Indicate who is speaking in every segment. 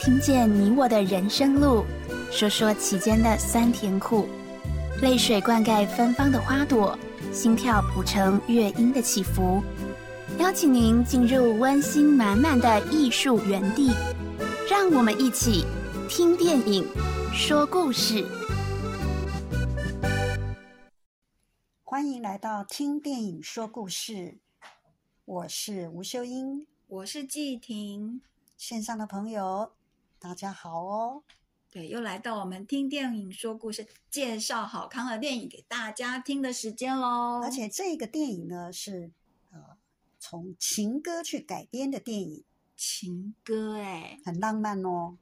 Speaker 1: 听见你我的人生路，说说其间的酸甜苦，泪水灌溉芬芳的花朵，心跳谱成乐音的起伏。邀请您进入温馨满满的艺术园地，让我们一起听电影，说故事。
Speaker 2: 欢迎来到听电影说故事，我是吴秀英。
Speaker 3: 我是季婷，
Speaker 2: 线上的朋友，大家好哦！
Speaker 3: 对，又来到我们听电影说故事、介绍好康的电影给大家听的时间喽。
Speaker 2: 而且这个电影呢是呃从情歌去改编的电影，
Speaker 3: 情歌哎，
Speaker 2: 很浪漫哦。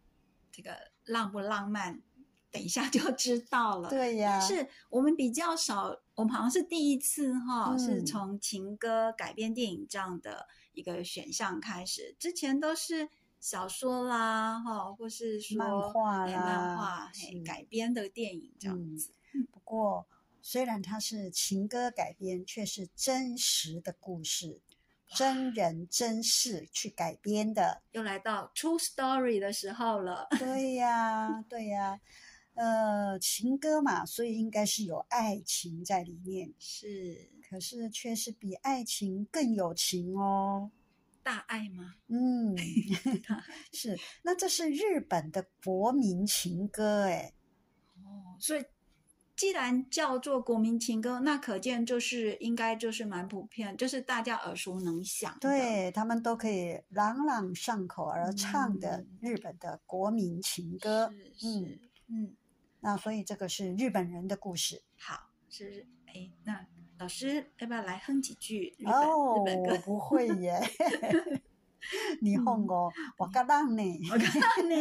Speaker 3: 这个浪不浪漫，等一下就知道了。
Speaker 2: 对啊呀、
Speaker 3: 是我们比较少，我们好像是第一次哈、
Speaker 2: 嗯
Speaker 3: 是从情歌改编电影这样的一个选项开始，之前都是小说啦哈、或是说
Speaker 2: 漫画
Speaker 3: 哎
Speaker 2: 啦
Speaker 3: 漫画嘿
Speaker 2: 是
Speaker 3: 改编的电影这样
Speaker 2: 嗯
Speaker 3: 子。
Speaker 2: 不过虽然它是情歌改编，却是真实的故事，真人真事去改编的。
Speaker 3: 又来到 True Story 的时候了，
Speaker 2: 对呀、对呀、 呃，情歌嘛，所以应该是有爱情在里面。
Speaker 3: 是
Speaker 2: 可是却是比爱情更有情哦。
Speaker 3: 大爱吗？
Speaker 2: 嗯， 是，那这是日本的国民情歌哎，
Speaker 3: 哦，所以既然叫做国民情歌，那可见就是应该就是蛮普遍，就是大家耳熟能详的。
Speaker 2: 对他们都可以朗朗上口而唱的
Speaker 3: 嗯
Speaker 2: 日本的国民情歌。
Speaker 3: 是，是嗯，
Speaker 2: 那所以这个是日本人的故事
Speaker 3: 好，是哎，那老师要不要来哼几句日本、
Speaker 2: 哦，
Speaker 3: 日本
Speaker 2: 我
Speaker 3: 歌？嗯
Speaker 2: 不会 耶。你哄我，我嘎浪呢？
Speaker 3: 我 看呢。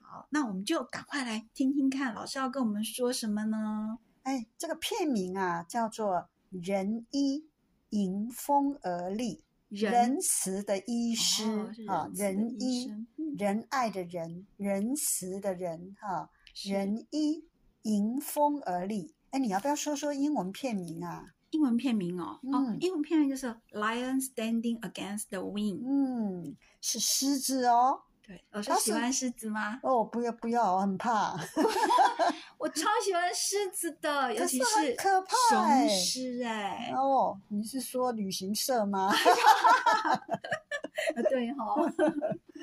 Speaker 3: 好，那我们就赶快来听听看老师要跟我们说什么呢？
Speaker 2: 哎，这个片名啊叫做《人医迎风而立》。仁慈的医师
Speaker 3: 哦是
Speaker 2: 啊，仁
Speaker 3: 仁慈的医
Speaker 2: 医
Speaker 3: 生，嗯
Speaker 2: 仁爱的仁，仁慈的仁哈，
Speaker 3: 是
Speaker 2: 仁医迎风而立。哎，你要不要说说英文片名啊？
Speaker 3: 英文片名哦，哦
Speaker 2: 嗯，
Speaker 3: 英文片名就是《Lion Standing Against the Wind》。
Speaker 2: 嗯，是狮子哦。
Speaker 3: 对，老师
Speaker 2: 它
Speaker 3: 喜
Speaker 2: 是
Speaker 3: 欢狮 子吗？
Speaker 2: 哦，不要不要，我很怕。
Speaker 3: 我超喜欢狮子的，尤
Speaker 2: 可
Speaker 3: 其
Speaker 2: 是 很
Speaker 3: 是
Speaker 2: 可怕欸
Speaker 3: 雄狮 哎，
Speaker 2: 哦，你是说旅行社吗？
Speaker 3: 啊对哦，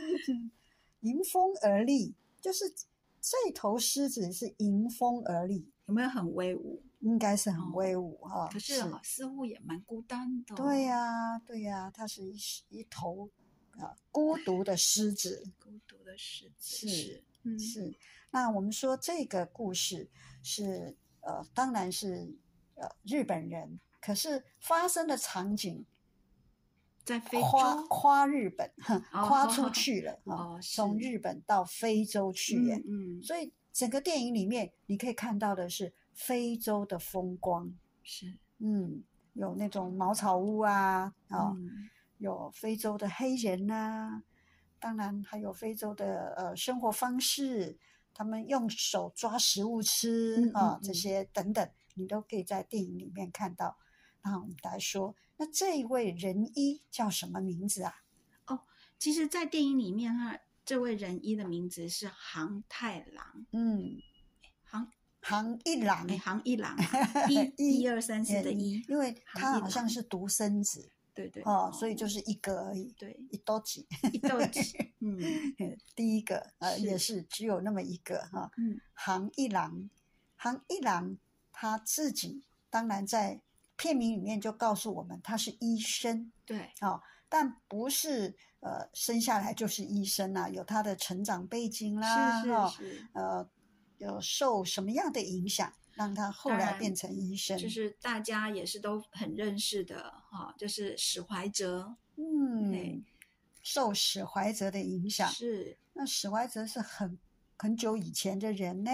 Speaker 2: 迎风而立，就是这头狮子是迎风而立，
Speaker 3: 有没有很威武？
Speaker 2: 应该是
Speaker 3: 哦
Speaker 2: 很威武哈。
Speaker 3: 可是哦似乎也蛮孤单的哦。
Speaker 2: 对呀、对呀、它是一狮一头啊孤独的狮子。
Speaker 3: 孤独的狮子
Speaker 2: 是
Speaker 3: 是，嗯，
Speaker 2: 是，那我们说这个故事是呃，当然是呃日本人，可是发生的场景
Speaker 3: 在非
Speaker 2: 夸
Speaker 3: 洲
Speaker 2: 夸日本，哼，
Speaker 3: 哦
Speaker 2: 夸出 去了啊、
Speaker 3: 哦
Speaker 2: 从
Speaker 3: 是
Speaker 2: 日本到非洲去耶。
Speaker 3: 嗯，嗯
Speaker 2: 所以整个电影里面你可以看到的是非洲的风光，
Speaker 3: 是
Speaker 2: 嗯，有那种茅草屋啊，啊、
Speaker 3: 嗯
Speaker 2: 有非洲的黑人呐、当然还有非洲的呃生活方式，他们用手抓食物吃
Speaker 3: 嗯
Speaker 2: 啊、
Speaker 3: 嗯
Speaker 2: 这
Speaker 3: 嗯
Speaker 2: 些等等，你都可以在电影里面看到。那我们来说，那这一位仁医叫什么名字啊？
Speaker 3: 其实，在电影里面哈，这位仁医的名字是航太郎，
Speaker 2: 嗯，
Speaker 3: 航
Speaker 2: 杭一郎
Speaker 3: 哎，，行一 郎啊一
Speaker 2: 一嗯
Speaker 3: 一二三四的
Speaker 2: 仁
Speaker 3: 一，
Speaker 2: 因为
Speaker 3: 杭
Speaker 2: 他
Speaker 3: 一
Speaker 2: 好像
Speaker 3: 郎
Speaker 2: 是独生子
Speaker 3: 对对
Speaker 2: 哦，所以就是是一个而已，
Speaker 3: 对
Speaker 2: 一多几，
Speaker 3: 一斗 鸡，嗯
Speaker 2: 第一个呃
Speaker 3: 是
Speaker 2: 也是只有那么一个哈、
Speaker 3: 嗯
Speaker 2: 杭一郎，杭一郎他自己当然在片名里面就告诉我们他是医生
Speaker 3: 对
Speaker 2: 哦，但不是呃生下来就是医生啦、有他的成长背景啦，哦
Speaker 3: 是是是。
Speaker 2: 呃有受什么样的影响让他后
Speaker 3: 当
Speaker 2: 来
Speaker 3: 然
Speaker 2: 变成医生？
Speaker 3: 就是大家也是都很认识的哈、就是史怀哲
Speaker 2: 嗯
Speaker 3: 对，
Speaker 2: 受史怀哲的影响，
Speaker 3: 是
Speaker 2: 那史怀哲是很很久以前的人呢，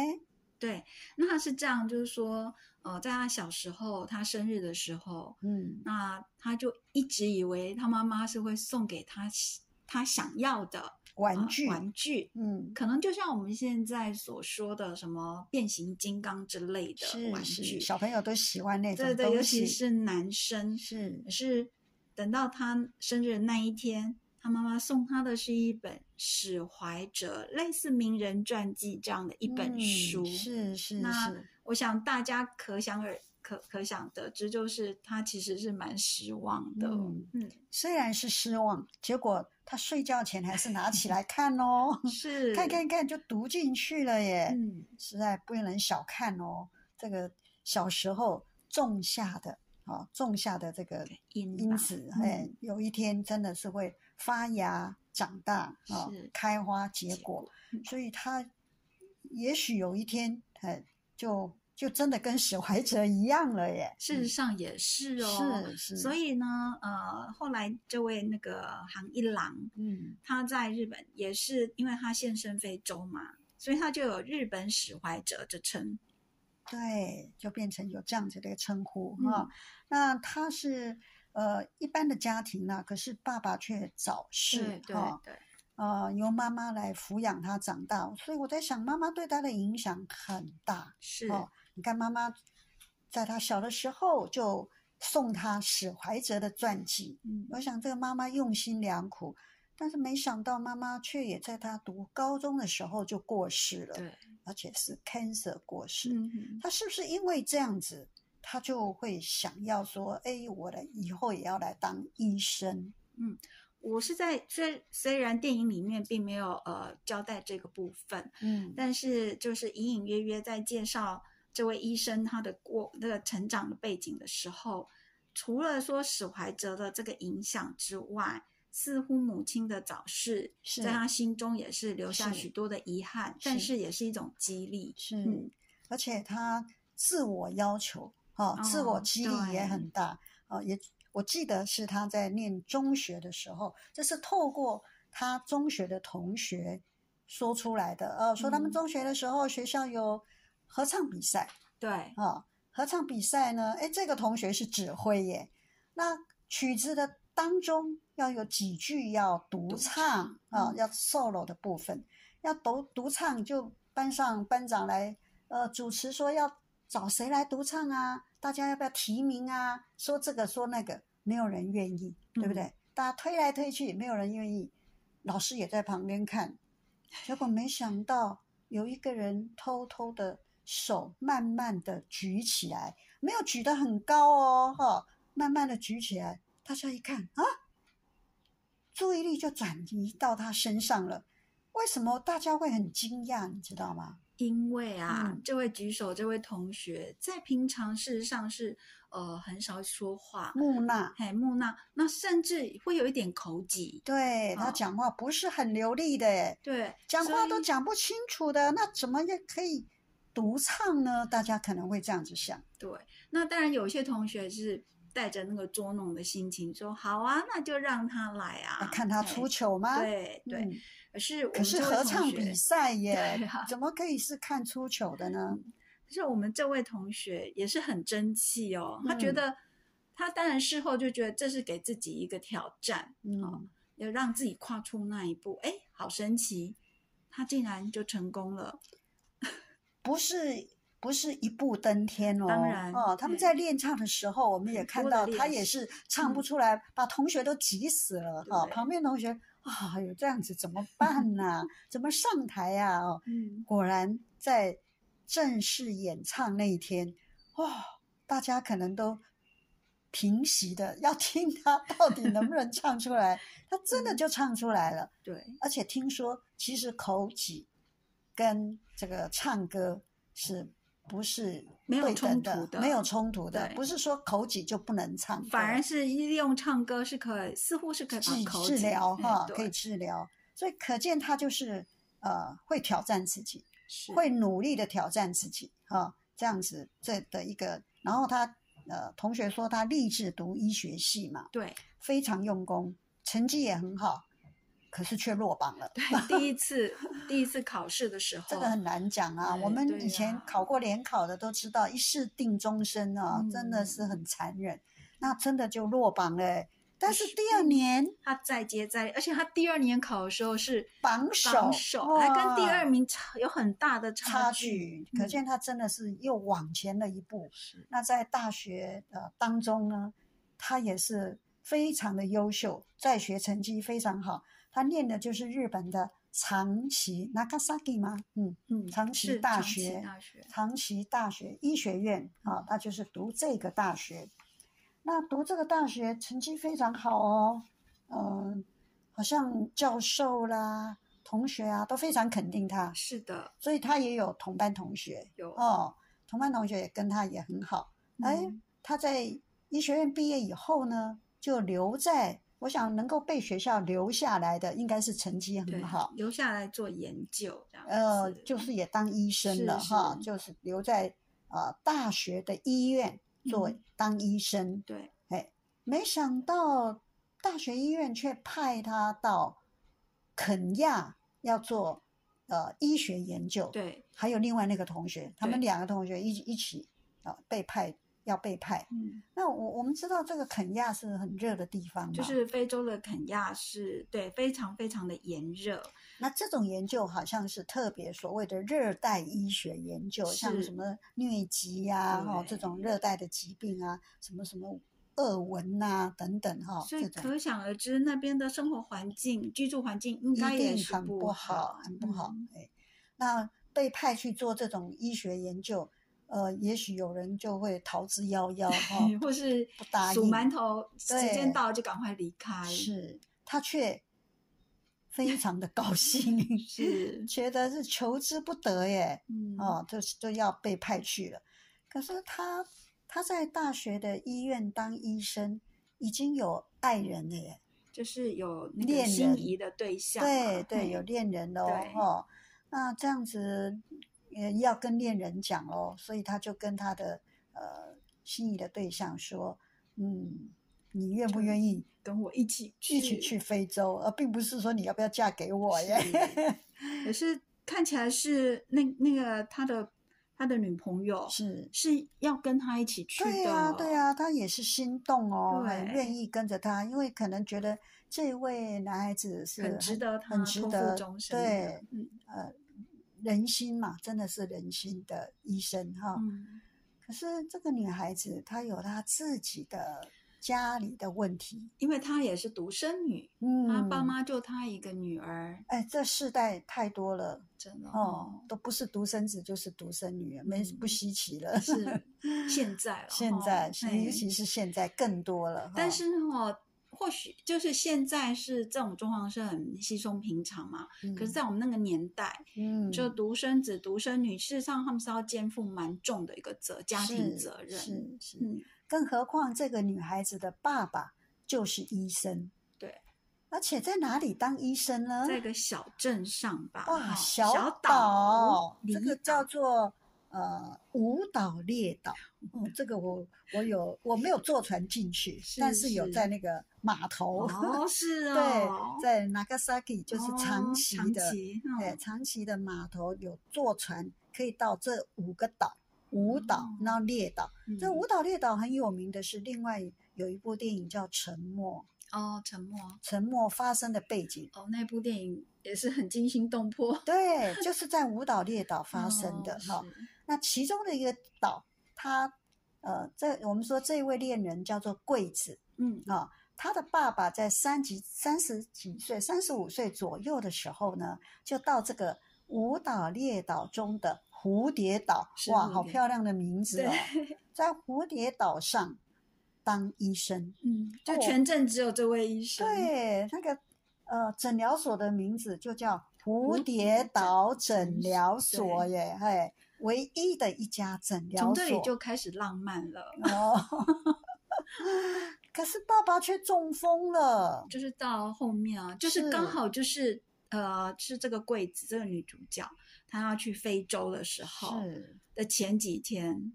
Speaker 3: 对。那他是这样，就是说，呃，在他小时候，他生日的时候，
Speaker 2: 嗯
Speaker 3: 那他就一直以为他妈妈是会送给他喜他想要的呃
Speaker 2: 玩具，
Speaker 3: 玩具。
Speaker 2: 嗯
Speaker 3: 可能就像我们现在所说的什么变形金刚之类的玩
Speaker 2: 是是，
Speaker 3: 具，
Speaker 2: 小朋友都喜欢那种
Speaker 3: 对
Speaker 2: 东西，
Speaker 3: 对，尤其是男生，
Speaker 2: 是
Speaker 3: 可是等到他生日的那一天，他妈妈送他的是一本史怀哲类似名人传记这样的一本
Speaker 2: 嗯
Speaker 3: 书。
Speaker 2: 是是
Speaker 3: 那
Speaker 2: 是，
Speaker 3: 我想大家可想而可可想得知，就是他其实是蛮失望的。
Speaker 2: 嗯
Speaker 3: 嗯，
Speaker 2: 虽然是失望，结果他睡觉前还是拿起来看哦，
Speaker 3: 是
Speaker 2: 看看看就读进去了耶，
Speaker 3: 嗯，
Speaker 2: 实在不能小看哦，这个小时候种下的啊种下的这个
Speaker 3: 因
Speaker 2: 因
Speaker 3: 吧嗯
Speaker 2: 子，哎，有一天真的是会发芽、长大啊
Speaker 3: 是，
Speaker 2: 开花结
Speaker 3: 结
Speaker 2: 果
Speaker 3: 果。嗯
Speaker 2: 所以他也许有一天，哎，就就真的跟史怀哲一样了耶。
Speaker 3: 事实上也嗯是哦。
Speaker 2: 是是，
Speaker 3: 所以呢，呃，后来这位那个杭一郎，
Speaker 2: 嗯，
Speaker 3: 他在日本也是因为他现身非洲嘛，所以他就有日本史怀哲之称。
Speaker 2: 对，就变成有这样子的一个称呼
Speaker 3: 嗯
Speaker 2: 哈。那他是呃一般的家庭啊呢，可是爸爸却早逝
Speaker 3: 对对
Speaker 2: 哈。
Speaker 3: 对，
Speaker 2: 呃，由妈妈来抚养他长大，所以我在想，妈妈对他的影响很大。
Speaker 3: 是
Speaker 2: 哦，你看妈妈在他小的时候就送他史怀哲的传记，
Speaker 3: 嗯
Speaker 2: 我想这个妈妈用心良苦，但是没想到妈妈却也在他读高中的时候就过世了，
Speaker 3: 对，
Speaker 2: 而且是 cancer 过世。
Speaker 3: 嗯哼
Speaker 2: 他是不是因为这样子，他就会想要说，哎，我的以后也要来当医生？
Speaker 3: 我是在虽虽然电影里面并没有呃交代这个部分，
Speaker 2: 嗯，
Speaker 3: 但是就是隐隐约约在介绍这位医生他的过那个成长的背景的时候，除了说史怀哲的这个影响之外，似乎母亲的早逝
Speaker 2: 是
Speaker 3: 在他心中也是留下
Speaker 2: 是
Speaker 3: 许多的遗憾，但
Speaker 2: 是
Speaker 3: 是也是一种激励。
Speaker 2: 是，
Speaker 3: 嗯
Speaker 2: 而且他自我要求啊，自我
Speaker 3: 哦
Speaker 2: 激励也
Speaker 3: 对
Speaker 2: 很大啊。也我记得是他在念中学的时候，这是透过他中学的同学说出来的。呃，说他们
Speaker 3: 嗯
Speaker 2: 中学的时候学校有合唱比赛
Speaker 3: 对，
Speaker 2: 啊，合唱比赛呢，哎，这个同学是指挥耶，那曲子的当中要有几句要独唱啊，
Speaker 3: 嗯
Speaker 2: 要 solo 的部分，要独独唱就班上班长来，呃，主持说要找谁来独唱啊，大家要不要提名啊？说这个说那个，没有人愿意，对不对？大家推来推去，没有人愿意，老师也在旁边看，结果没想到有一个人偷偷的手慢慢的举起来，没有举得很高哦，哈、慢慢的举起来，大家一看啊，注意力就转移到他身上了。为什么大家会很惊讶？你知道吗？
Speaker 3: 因为啊，
Speaker 2: 嗯
Speaker 3: 这位举手这位同学在平常事实上是呃很少说话，
Speaker 2: 木讷，
Speaker 3: 嘿木讷，那甚至会有一点口疾。
Speaker 2: 对他
Speaker 3: 哦
Speaker 2: 讲话不是很流利的耶，
Speaker 3: 对，
Speaker 2: 讲
Speaker 3: 所
Speaker 2: 话都
Speaker 3: 以
Speaker 2: 讲不清楚的，那怎么也可以独唱呢？大家可能会这样子想。
Speaker 3: 对，那当然有些同学是带着那个捉弄的心情说：“好啊，那就让他来啊，
Speaker 2: 看他出
Speaker 3: 去。
Speaker 2: 糗吗？
Speaker 3: 对对，
Speaker 2: 嗯
Speaker 3: 可是我
Speaker 2: 可
Speaker 3: 们
Speaker 2: 是
Speaker 3: 这位
Speaker 2: 合
Speaker 3: 同
Speaker 2: 唱
Speaker 3: 学
Speaker 2: 比， 赛
Speaker 3: 对
Speaker 2: 耶
Speaker 3: 啊，
Speaker 2: 怎么可以是看出糗的呢？
Speaker 3: 可是我们这位同学也是很争气哦，他觉
Speaker 2: 嗯
Speaker 3: 得他当然事后就觉得这是给自己一个挑战，
Speaker 2: 嗯，
Speaker 3: 要让自己跨出那一步。哎，好神奇，他竟然就成功了。
Speaker 2: 不是。不是一步登天哦，
Speaker 3: 当然
Speaker 2: 哦，他们
Speaker 3: 对
Speaker 2: 在练唱的时候，我们也
Speaker 3: 很
Speaker 2: 看
Speaker 3: 多
Speaker 2: 到
Speaker 3: 的
Speaker 2: 他也
Speaker 3: 练习
Speaker 2: 是唱不
Speaker 3: 嗯
Speaker 2: 出来，把同学都急死了哈、
Speaker 3: 对
Speaker 2: 旁边同学啊，有、这样子怎么办呐、怎么上台呀、哦，
Speaker 3: 嗯，
Speaker 2: 果然在正式演唱那一天，哇、大家可能都平息的要听 他到底能不能唱出来，他真
Speaker 3: 嗯
Speaker 2: 的就唱出来了。
Speaker 3: 对，
Speaker 2: 而且听说，其实口技跟这个唱歌是不是
Speaker 3: 没有
Speaker 2: 对等
Speaker 3: 冲突
Speaker 2: 的
Speaker 3: 的
Speaker 2: 没有冲突的，
Speaker 3: 对
Speaker 2: 不是说口技就不能唱歌，
Speaker 3: 反而是利用唱歌是可以，似乎是可以
Speaker 2: 治
Speaker 3: 把口
Speaker 2: 治
Speaker 3: 疾
Speaker 2: 疗
Speaker 3: 哎
Speaker 2: 哈，
Speaker 3: 对
Speaker 2: 可以治疗。所以可见他就是呃会挑战自己。
Speaker 3: 是
Speaker 2: 会努力的挑战自己啊、这样子这的一个。然后他呃，同学说他立志读医学系嘛，
Speaker 3: 对
Speaker 2: 非常用功，成绩也很好，可是却落榜 了。
Speaker 3: 对，第一次第一次考试的时候，
Speaker 2: 这个很难讲啊，
Speaker 3: 哎
Speaker 2: 我们
Speaker 3: 对
Speaker 2: 以前
Speaker 3: 呀
Speaker 2: 考过联考的都知道，一试定终身啊，真
Speaker 3: 嗯
Speaker 2: 的是很残忍。那真的就落榜了欸、但是
Speaker 3: 是
Speaker 2: 第二年
Speaker 3: 他再接再厉，而且他第二年考的时候是
Speaker 2: 榜首，
Speaker 3: 榜首，还跟第
Speaker 2: 哇
Speaker 3: 二名差有很大的
Speaker 2: 差
Speaker 3: 距。
Speaker 2: 距，可
Speaker 3: 嗯
Speaker 2: 见他真的是又往前了一步。
Speaker 3: 是
Speaker 2: 那在大学呃当中呢，他也是非常的优秀，在学成绩非常好。他念的就是日本的长崎 Nagasaki 吗？嗯，
Speaker 3: 嗯，
Speaker 2: 长崎
Speaker 3: 是
Speaker 2: 大
Speaker 3: 长崎
Speaker 2: 学
Speaker 3: 大学，嗯
Speaker 2: 长崎大学医学院啊，他就是读这个大学。那读这个大学成绩非常好哦，嗯，好像教授啦、同学啊都非常肯定他，
Speaker 3: 是的，
Speaker 2: 所以他也有同班同学
Speaker 3: 有，
Speaker 2: 哦，同班同学也跟他也很好。哎
Speaker 3: 嗯，
Speaker 2: 他在医学院毕业以后呢，就留在，我想能够被学校留下来的，应该是成绩
Speaker 3: 对
Speaker 2: 很好，，
Speaker 3: 留下来做研究这样子，
Speaker 2: 呃，就是也当医生了
Speaker 3: 是
Speaker 2: 哈
Speaker 3: 是，
Speaker 2: 就是留在呃大学的医院做
Speaker 3: 嗯
Speaker 2: 当医生。
Speaker 3: 对，
Speaker 2: 哎，没想到大学医院却派他到肯亚要做呃医学研究。
Speaker 3: 对，
Speaker 2: 还有另外那个同学，他们
Speaker 3: 对
Speaker 2: 两个同学一起一起啊、被派要被派。
Speaker 3: 嗯，
Speaker 2: 那我我们知道这个肯亚是很热的地方嘛，
Speaker 3: 就是非洲的肯亚是对非常非常的炎热，
Speaker 2: 那这种研究好像是特别所谓的热带医学研究，像
Speaker 3: 是
Speaker 2: 什么疟疾呀、哈、这
Speaker 3: 对
Speaker 2: 种热带的疾病啊，什么什么恶蚊呐、等等哈、
Speaker 3: 所以
Speaker 2: 哦这种
Speaker 3: 可想而知那边的生活环境、居住环境应
Speaker 2: 一
Speaker 3: 该也
Speaker 2: 定
Speaker 3: 是
Speaker 2: 很不
Speaker 3: 好，
Speaker 2: 很不好
Speaker 3: 嗯。
Speaker 2: 哎，那被派去做这种医学研究，呃，也许有人就会逃之夭夭哈、
Speaker 3: 或是
Speaker 2: 哦不答
Speaker 3: 数
Speaker 2: 应
Speaker 3: 馒头，时
Speaker 2: 对
Speaker 3: 间到了就赶快离开，
Speaker 2: 是他却非常的高兴，
Speaker 3: 是
Speaker 2: 觉得是求之不得耶，
Speaker 3: 嗯，
Speaker 2: 哦，就是就要被派去了。可是他他在大学的医院当医生，已经有爱人了耶，
Speaker 3: 就是有那
Speaker 2: 恋
Speaker 3: 个心
Speaker 2: 人
Speaker 3: 仪的对象嘛，
Speaker 2: 对对，
Speaker 3: 嗯
Speaker 2: 有恋人喽，
Speaker 3: 对
Speaker 2: 哦，那这样子也要跟恋人讲喽，所以他就跟他的呃心仪的对象说，嗯，你愿不
Speaker 3: 就
Speaker 2: 愿意
Speaker 3: 跟我一起去，
Speaker 2: 一起去非洲，而并不是说你要不要嫁给我耶。
Speaker 3: 可是看起来是那那个他的他的女朋友
Speaker 2: 是，
Speaker 3: 是要跟他一起去的，
Speaker 2: 对呀、对啊呀、他也是心动哦，很
Speaker 3: 对
Speaker 2: 愿意跟着他，因为可能觉得这位男孩子是
Speaker 3: 很值得他
Speaker 2: 很值
Speaker 3: 托
Speaker 2: 得
Speaker 3: 付终身的，
Speaker 2: 对呃
Speaker 3: 嗯
Speaker 2: 人心嘛，真的是人心的医生哈、
Speaker 3: 嗯，
Speaker 2: 可是这个女孩子她有她自己的家里的问题，
Speaker 3: 因为她也是独生女，
Speaker 2: 嗯，
Speaker 3: 她爸妈就她一个女儿，
Speaker 2: 哎，这世代太多了
Speaker 3: 真的
Speaker 2: 哦，，都不是独生子就是独生女，没不
Speaker 3: 嗯
Speaker 2: 稀奇了。
Speaker 3: 是现在了，
Speaker 2: 现在
Speaker 3: 哦，
Speaker 2: 尤
Speaker 3: 哎
Speaker 2: 其是现在更多了哈。
Speaker 3: 但是哦，或许就是现在是这种状况是很稀松平常嘛，
Speaker 2: 嗯，
Speaker 3: 可是，在我们那个年代，
Speaker 2: 嗯，
Speaker 3: 就独生子、独生女，事实上他们是要肩负蛮重的一个责家庭
Speaker 2: 是
Speaker 3: 责任。
Speaker 2: 是是
Speaker 3: 嗯，
Speaker 2: 更何况这个女孩子的爸爸就是医生，
Speaker 3: 对，
Speaker 2: 而且在哪里当医生呢？
Speaker 3: 在一个小镇上吧，
Speaker 2: 哇，
Speaker 3: 哈
Speaker 2: 小
Speaker 3: 小
Speaker 2: 岛，这
Speaker 3: 离
Speaker 2: 个叫
Speaker 3: 岛
Speaker 2: 做呃五岛列岛。嗯，这个我我有我没有坐船进去，但
Speaker 3: 是
Speaker 2: 是有
Speaker 3: 是
Speaker 2: 在那个码头，
Speaker 3: 哦，是哦
Speaker 2: 对，，在 Nagasaki 就是长
Speaker 3: 哦
Speaker 2: 崎
Speaker 3: 长
Speaker 2: 的，
Speaker 3: 崎
Speaker 2: 哎，
Speaker 3: 嗯
Speaker 2: 长崎的码头有坐船可以到这五个岛，五岛，然后列岛。这
Speaker 3: 哦嗯
Speaker 2: 五岛列岛很有名的是，另外有一部电影叫《沉默》，
Speaker 3: 哦，沉默
Speaker 2: 沉默发生的背景，
Speaker 3: 哦，那部电影也是很惊心动魄
Speaker 2: 对，就是在五岛列岛发生的哈、
Speaker 3: 哦是
Speaker 2: 那其中的一个岛，它呃，这我们说这位恋人叫做桂子
Speaker 3: 嗯
Speaker 2: 啊、他的爸爸在三级三十几岁、三十五岁左右的时候呢，就到这个五岛列岛中的蝴蝶岛，
Speaker 3: 是
Speaker 2: 哇，
Speaker 3: 蝴
Speaker 2: 好
Speaker 3: 蝶
Speaker 2: 漂亮的名字
Speaker 3: 对
Speaker 2: 哦， 在蝴蝶岛上当医生。
Speaker 3: 嗯，就
Speaker 2: 哦
Speaker 3: 全镇只有这位医生，
Speaker 2: 对，那个呃诊疗所的名字就叫蝴
Speaker 3: 蝴
Speaker 2: 蝶
Speaker 3: 蝶
Speaker 2: 岛
Speaker 3: 诊
Speaker 2: 诊
Speaker 3: 诊
Speaker 2: 疗
Speaker 3: 所
Speaker 2: 所
Speaker 3: 对
Speaker 2: 耶，嘿，唯一的一家诊疗
Speaker 3: 从
Speaker 2: 所。
Speaker 3: 这里就开始浪漫了。
Speaker 2: 哦， 可是爸爸却中风了，
Speaker 3: 就是到后面啊，就是刚
Speaker 2: 是
Speaker 3: 好就是呃，是这个桂子这个女主角，她要去非洲的时候
Speaker 2: 是
Speaker 3: 的前几天，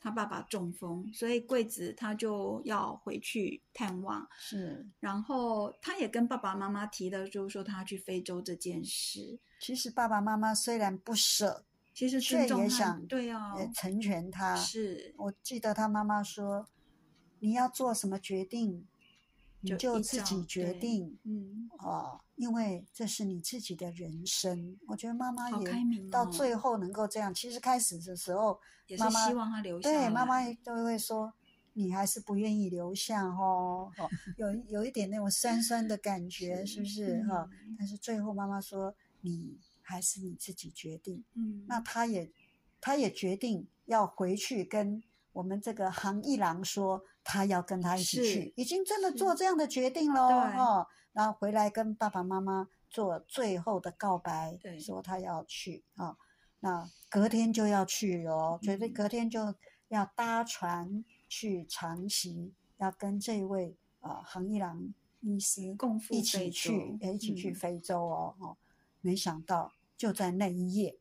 Speaker 3: 她爸爸中风，所以桂子她就要回去探望，
Speaker 2: 是，
Speaker 3: 然后她也跟爸爸妈妈提了，就是说她要去非洲这件事，
Speaker 2: 其实爸爸妈妈虽然不舍，
Speaker 3: 其实
Speaker 2: 却
Speaker 3: 尊重
Speaker 2: 也
Speaker 3: 她
Speaker 2: 想
Speaker 3: 对啊，
Speaker 2: 也啊成全他。
Speaker 3: 是
Speaker 2: 我记得他妈妈说：“你要做什么决定，你
Speaker 3: 就
Speaker 2: 就
Speaker 3: 依
Speaker 2: 自
Speaker 3: 照
Speaker 2: 己决
Speaker 3: 对
Speaker 2: 定。”
Speaker 3: 嗯，
Speaker 2: 哦，因为这是你自己的人生。我觉得妈妈
Speaker 3: 好
Speaker 2: 也
Speaker 3: 开明
Speaker 2: 到
Speaker 3: 哦
Speaker 2: 最后能够这样。其实开始的时候，
Speaker 3: 也是
Speaker 2: 妈妈
Speaker 3: 希望她留下
Speaker 2: 对
Speaker 3: 来，
Speaker 2: 妈妈也都会说：“你还是不愿意留下哦，哦有有一点那种酸酸的感觉，是不是哈、哦？
Speaker 3: 嗯
Speaker 2: 但是最后妈妈说，你还是你自己决定。
Speaker 3: 嗯，
Speaker 2: 那他也他也决定要回去跟我们这个杭一郎说，他要跟他一起
Speaker 3: 是
Speaker 2: 去，已经真的
Speaker 3: 是
Speaker 2: 做这样的决定喽
Speaker 3: 对
Speaker 2: 哦。然后回来跟爸爸妈妈做最后的告白
Speaker 3: 对，
Speaker 2: 说他要去啊、哦那隔天就要去了哦，绝对
Speaker 3: 嗯
Speaker 2: 隔天就要搭船去长崎，要跟这位呃杭一郎医师
Speaker 3: 共赴
Speaker 2: 一起
Speaker 3: 非洲
Speaker 2: 去，呃一起去
Speaker 3: 嗯
Speaker 2: 非洲哦。哦，没想到就在那一夜，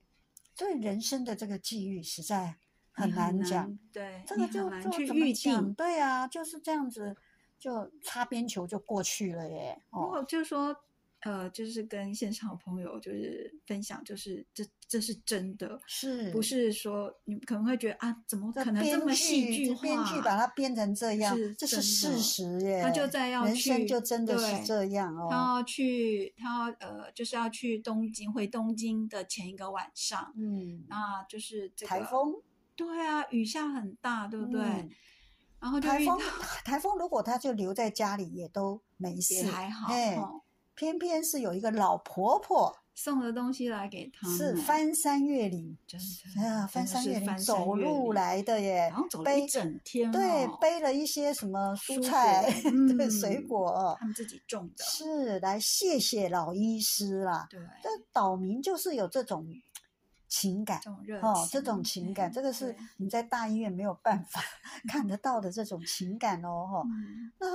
Speaker 2: 所以人生的这个际遇实在很
Speaker 3: 你
Speaker 2: 难讲。，
Speaker 3: 对，
Speaker 2: 这
Speaker 3: 你
Speaker 2: 个
Speaker 3: 很
Speaker 2: 就
Speaker 3: 难
Speaker 2: 就
Speaker 3: 去
Speaker 2: 怎么
Speaker 3: 预
Speaker 2: 讲
Speaker 3: 定。
Speaker 2: 对啊，就是这样子，就擦边球就过去了耶。
Speaker 3: 如
Speaker 2: 哦，
Speaker 3: 果就是说，呃，就是跟线上的朋友就是分享，就是这这是真的，
Speaker 2: 是
Speaker 3: 不？是说你可能会觉得啊，怎么
Speaker 2: 这
Speaker 3: 可能这
Speaker 2: 编
Speaker 3: 么戏
Speaker 2: 剧
Speaker 3: 剧
Speaker 2: 这
Speaker 3: 化？
Speaker 2: 编剧把它编成这样
Speaker 3: 是，
Speaker 2: 这是
Speaker 3: 真
Speaker 2: 事
Speaker 3: 的
Speaker 2: 实耶。
Speaker 3: 他就在要
Speaker 2: 人
Speaker 3: 去，
Speaker 2: 生就真的
Speaker 3: 对
Speaker 2: 是这样
Speaker 3: 他
Speaker 2: 哦。
Speaker 3: 要去，他要呃，就是要去东京，回东京的前一个晚上，
Speaker 2: 嗯，
Speaker 3: 那就是这个
Speaker 2: 台，风，
Speaker 3: 对啊，雨下很大，对不对？
Speaker 2: 嗯
Speaker 3: 然后就
Speaker 2: 台
Speaker 3: 遇到
Speaker 2: 风，台风如果他就留在家里也都没
Speaker 3: 也
Speaker 2: 事，
Speaker 3: 还好，
Speaker 2: 哎
Speaker 3: 哦
Speaker 2: 偏偏是有一个老婆婆
Speaker 3: 送了东西来给他们，
Speaker 2: 是翻山越岭，
Speaker 3: 真的
Speaker 2: 啊，
Speaker 3: 真
Speaker 2: 翻
Speaker 3: 的
Speaker 2: 山
Speaker 3: 是
Speaker 2: 越岭
Speaker 3: 翻山
Speaker 2: 走
Speaker 3: 越
Speaker 2: 路
Speaker 3: 岭
Speaker 2: 来的耶
Speaker 3: 然后走，了一
Speaker 2: 背
Speaker 3: 整天、哦，
Speaker 2: 对背了一些什么
Speaker 3: 蔬
Speaker 2: 蔬菜
Speaker 3: 果
Speaker 2: 对水
Speaker 3: 嗯
Speaker 2: 果哦，
Speaker 3: 他们自己种的，
Speaker 2: 是来谢谢老医师啦。
Speaker 3: 对，
Speaker 2: 这岛民就是有这种情感
Speaker 3: 这种热情，
Speaker 2: 哦，这种情感，
Speaker 3: 哎
Speaker 2: 这个是哦
Speaker 3: 对
Speaker 2: 你在大医院没有办法 看得到的这种情感哦，哈、
Speaker 3: 嗯
Speaker 2: 那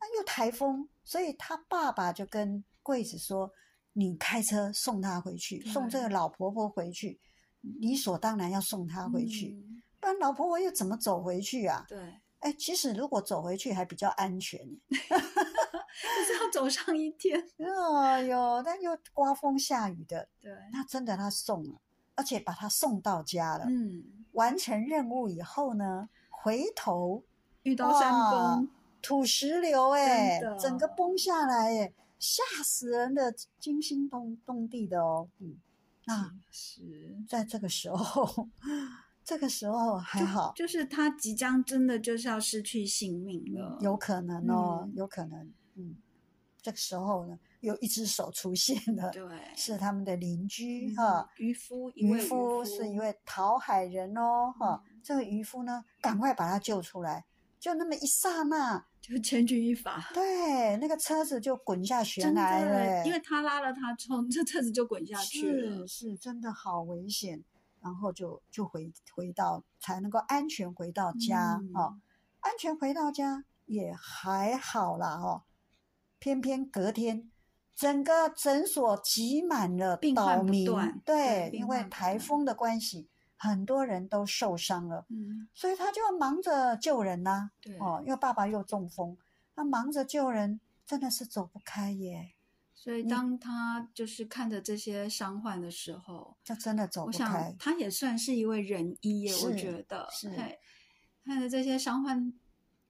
Speaker 2: 那又台风，所以他爸爸就跟桂子说：“你开车送她回去，送这
Speaker 3: 对
Speaker 2: 个老婆婆回去，理所当然要送她回去，
Speaker 3: 嗯
Speaker 2: 不然老婆婆又怎么走回去啊？
Speaker 3: 对，
Speaker 2: 哎，其实如果走回去还比较安全呢。
Speaker 3: 就是要走上一 天，
Speaker 2: 哎呦，但又刮风下雨的，
Speaker 3: 对，
Speaker 2: 那真的他送了，而且把她送到家了。
Speaker 3: 嗯，
Speaker 2: 完成任务以后呢，回头
Speaker 3: 遇到山
Speaker 2: 哇
Speaker 3: 崩，
Speaker 2: 土石流哎、
Speaker 3: 真的
Speaker 2: 整个崩下来哎、吓死人的，惊心动动地的哦。嗯，那
Speaker 3: 是
Speaker 2: 在这个时候， 这个时候还好，
Speaker 3: 就是他即将真的就是要失去性命了
Speaker 2: 嗯，有可能哦，
Speaker 3: 嗯
Speaker 2: 有可能，嗯，这个时候呢，有一只手出现了，
Speaker 3: 对，
Speaker 2: 是他们的邻居
Speaker 3: 嗯
Speaker 2: 哈。
Speaker 3: 渔夫，嗯一
Speaker 2: 渔
Speaker 3: 位
Speaker 2: 夫是一位讨海人哦，哈、这个渔夫呢，赶快把他救出来，就那么一刹那，
Speaker 3: 就千钧一发。
Speaker 2: 对，那个车子就滚下悬
Speaker 3: 真
Speaker 2: 崖了
Speaker 3: 的，
Speaker 2: 哎，
Speaker 3: 因为他拉了他之后，这车子就滚下去了
Speaker 2: 是。是，真的好危险。然后就就回回到才能够安全回到家、
Speaker 3: 嗯
Speaker 2: 哦，安全回到家也还好啦哦。偏偏隔天，整个诊所挤满了
Speaker 3: 病患
Speaker 2: 岛
Speaker 3: 不
Speaker 2: 民
Speaker 3: 断，对
Speaker 2: 对，
Speaker 3: 病
Speaker 2: 因
Speaker 3: 患
Speaker 2: 为
Speaker 3: 不
Speaker 2: 台
Speaker 3: 断
Speaker 2: 风的关系，很多人都受伤了，
Speaker 3: 嗯，
Speaker 2: 所以他就忙着救人呐、
Speaker 3: 对，
Speaker 2: 哦，因为爸爸又中风，他忙着救人，真的是走不开耶，
Speaker 3: 所
Speaker 2: 嗯
Speaker 3: 以当他就是看着这些伤患的时候，
Speaker 2: 这真的走
Speaker 3: 我
Speaker 2: 不
Speaker 3: 想
Speaker 2: 开。
Speaker 3: 他也算是一位仁医耶，我
Speaker 2: 是
Speaker 3: 觉得，
Speaker 2: 是
Speaker 3: 嘿看着这些伤患，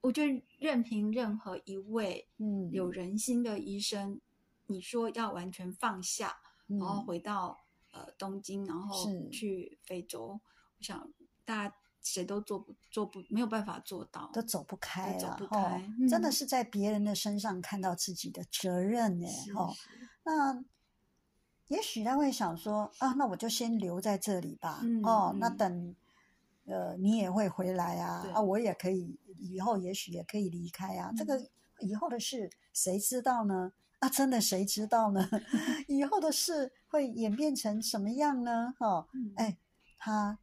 Speaker 3: 我觉得任凭任何一位
Speaker 2: 嗯，
Speaker 3: 有人心的医生，你说要完全放下，
Speaker 2: 嗯，
Speaker 3: 然后回到呃东京，然后
Speaker 2: 是
Speaker 3: 去非洲，我想大家谁都做不做不没有办法做到，
Speaker 2: 都走不开
Speaker 3: 走
Speaker 2: 了
Speaker 3: 不
Speaker 2: 吼
Speaker 3: 开
Speaker 2: 真的
Speaker 3: 嗯
Speaker 2: 是在别人的身上看到自己的责任耶
Speaker 3: 是
Speaker 2: 哦。
Speaker 3: 是
Speaker 2: 那也许他会想说啊，那我就先留在这里吧，
Speaker 3: 嗯
Speaker 2: 哦，那
Speaker 3: 嗯
Speaker 2: 等呃你也会回来啊
Speaker 3: 对，嗯
Speaker 2: 啊，我也可以以后也许也可以离开啊，这个以后的事谁知道呢？啊，真的谁知道呢？ 以后的事会演变成什么样呢？哦，
Speaker 3: 嗯
Speaker 2: 哎，他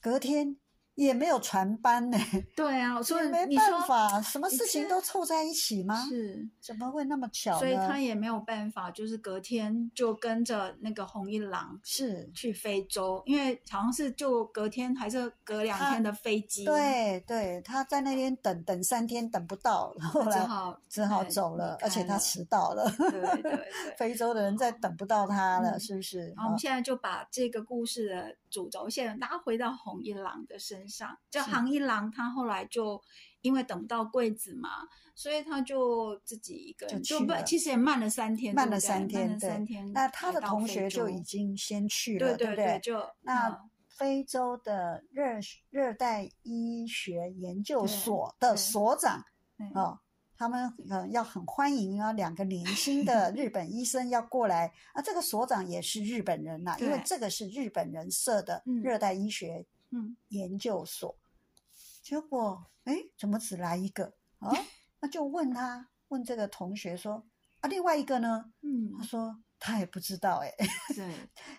Speaker 2: 隔天也没有船班呢。
Speaker 3: 对啊，所以
Speaker 2: 也没
Speaker 3: 你
Speaker 2: 办
Speaker 3: 说
Speaker 2: 法，啊什么
Speaker 3: 你
Speaker 2: 事情
Speaker 3: 这
Speaker 2: 都凑在一起吗？
Speaker 3: 是，
Speaker 2: 怎么会那么巧呢？
Speaker 3: 所以他也没有办法，就是隔天就跟着那个红一郎
Speaker 2: 是
Speaker 3: 去非洲，因为好像是就隔天还是隔两
Speaker 2: 他
Speaker 3: 天的飞
Speaker 2: 啊
Speaker 3: 机，，
Speaker 2: 对对，他在那边等等三天等不到，然后
Speaker 3: 只
Speaker 2: 来
Speaker 3: 好
Speaker 2: 只好
Speaker 3: 哎
Speaker 2: 走
Speaker 3: 离
Speaker 2: 了，而且
Speaker 3: 开
Speaker 2: 他
Speaker 3: 了
Speaker 2: 迟到了。
Speaker 3: 对对对。
Speaker 2: 非洲的人再等不到他了，
Speaker 3: 嗯
Speaker 2: 是不是？
Speaker 3: 然后我
Speaker 2: 啊
Speaker 3: 们现在就把这个故事的主轴线拉回到红一郎的身上。就是杭一郎他后来就因为等不到柜子嘛，所以他就自己一个
Speaker 2: 就
Speaker 3: 人
Speaker 2: 去
Speaker 3: 慢
Speaker 2: 了
Speaker 3: 其实也慢了三天，
Speaker 2: 慢
Speaker 3: 对不
Speaker 2: 了
Speaker 3: 对
Speaker 2: 三天
Speaker 3: 慢了
Speaker 2: 对
Speaker 3: 三天。
Speaker 2: 那他的同学就已经先去了，
Speaker 3: 对
Speaker 2: 不
Speaker 3: 对，就
Speaker 2: 那
Speaker 3: 嗯
Speaker 2: 非洲的热热带医学研究
Speaker 3: 对
Speaker 2: 所的
Speaker 3: 对
Speaker 2: 所长
Speaker 3: 嗯对
Speaker 2: 哦， 他们呃要很欢迎啊，两个年轻的日本医生要过来啊。这个所长也是日本人呐、因为
Speaker 3: 对
Speaker 2: 这个是日本人设的
Speaker 3: 嗯
Speaker 2: 热带医学
Speaker 3: 嗯，
Speaker 2: 研究所。结果哎，怎么只来一个啊？那就问他，问这个同学说啊，另外一个呢？
Speaker 3: 嗯
Speaker 2: 他，说他也不知道哎、
Speaker 3: 对，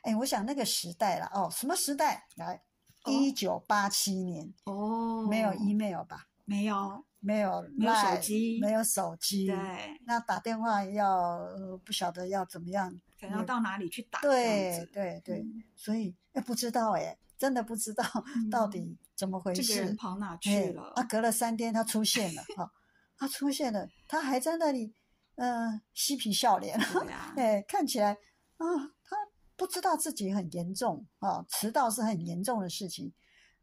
Speaker 2: 哎，我想那个时代了哦，什么时代？来，一九八七年，
Speaker 3: 哦，
Speaker 2: 没有 email 吧？
Speaker 3: 没有，
Speaker 2: 没有
Speaker 3: 没有手
Speaker 2: Line，
Speaker 3: 机
Speaker 2: 没有手机。
Speaker 3: 对，
Speaker 2: 那打电话要、呃不晓得要怎么样？
Speaker 3: 可能要到哪里去打？这
Speaker 2: 对
Speaker 3: 样子
Speaker 2: 对对，
Speaker 3: 嗯
Speaker 2: 所以哎不知道哎，真的不知道到
Speaker 3: 嗯
Speaker 2: 底怎么回
Speaker 3: 这个
Speaker 2: 事。
Speaker 3: 人跑哪
Speaker 2: 哎
Speaker 3: 去了
Speaker 2: 啊，？隔了三天他出现 了哈、他出现了，他还在那里，呃，嬉皮笑脸。
Speaker 3: 对啊，
Speaker 2: 哎，看起来啊，他不知道自己很严重啊，迟到是很严重的事情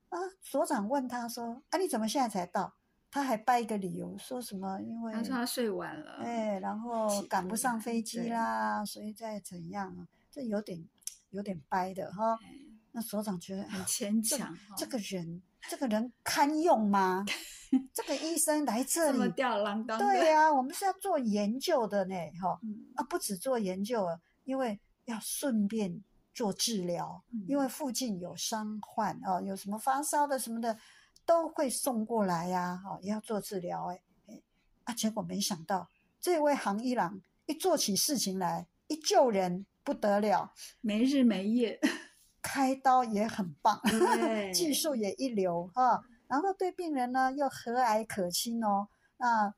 Speaker 2: 啊。所长问他说：“啊，你怎么现在才到？”他还掰一个理由，说什么因为
Speaker 3: 他说他睡晚了，
Speaker 2: 哎，然后
Speaker 3: 起
Speaker 2: 赶
Speaker 3: 不
Speaker 2: 不上
Speaker 3: 来
Speaker 2: 飞机
Speaker 3: 对
Speaker 2: 啦，所以再怎样啊，这有点有点掰的哈。那所长觉得哎
Speaker 3: 哎很牵
Speaker 2: 这个
Speaker 3: 强哦，
Speaker 2: 这个人，这个人堪用吗？这个医生来这
Speaker 3: 这么
Speaker 2: 里，
Speaker 3: 吊儿郎当的，
Speaker 2: 对呀、我们是要做研究的呢，哈、
Speaker 3: 嗯，
Speaker 2: 啊，不止做研究啊，因为要顺便做治疗，因
Speaker 3: 嗯
Speaker 2: 为附近有伤患啊，有什么发烧的什么的，都会送过来呀、啊，也要做治疗哎、哎啊，结果没想到这位杭一郎一做起事情来，一救人不得了，
Speaker 3: 没日没夜，
Speaker 2: 开刀也很棒，
Speaker 3: 对
Speaker 2: 技术也一流哈、然后对病人呢又和蔼可亲哦。那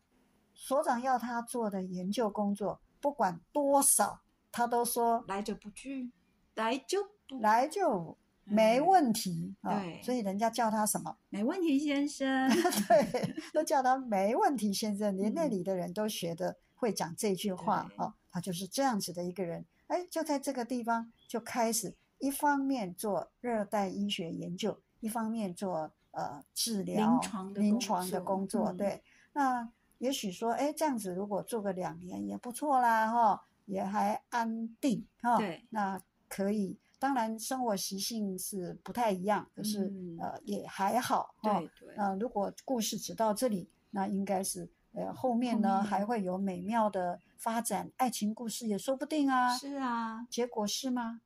Speaker 2: 所长要他做的研究工作，不管多少，他都说
Speaker 3: 来者不拒，来就不
Speaker 2: 来就没
Speaker 3: 嗯
Speaker 2: 问题啊、
Speaker 3: 对
Speaker 2: 所以人家叫他什么？
Speaker 3: 没问题，先生。
Speaker 2: 对， 都叫他没问题先生，连那
Speaker 3: 嗯
Speaker 2: 里的人都学得会讲这句话
Speaker 3: 对
Speaker 2: 哦。他就是这样子的一个人，哎，就在这个地方就开始一方面做热带医学研究，一方面做呃治疗
Speaker 3: 床的
Speaker 2: 临
Speaker 3: 工
Speaker 2: 床的
Speaker 3: 作
Speaker 2: 工作。
Speaker 3: 嗯
Speaker 2: 对，那也许说，哎，这样子如果做个两年也不错啦，哈、也还安定哈、
Speaker 3: 对
Speaker 2: 那可以。当然，生活习性是不太一样，可是、
Speaker 3: 嗯
Speaker 2: 呃也还好哈。
Speaker 3: 对对，
Speaker 2: 那如果故事只到这里，那应该是呃后面
Speaker 3: 后
Speaker 2: 呢
Speaker 3: 面
Speaker 2: 还会有美妙的发展，爱情故事也说不定啊。
Speaker 3: 是啊，
Speaker 2: 结果是吗？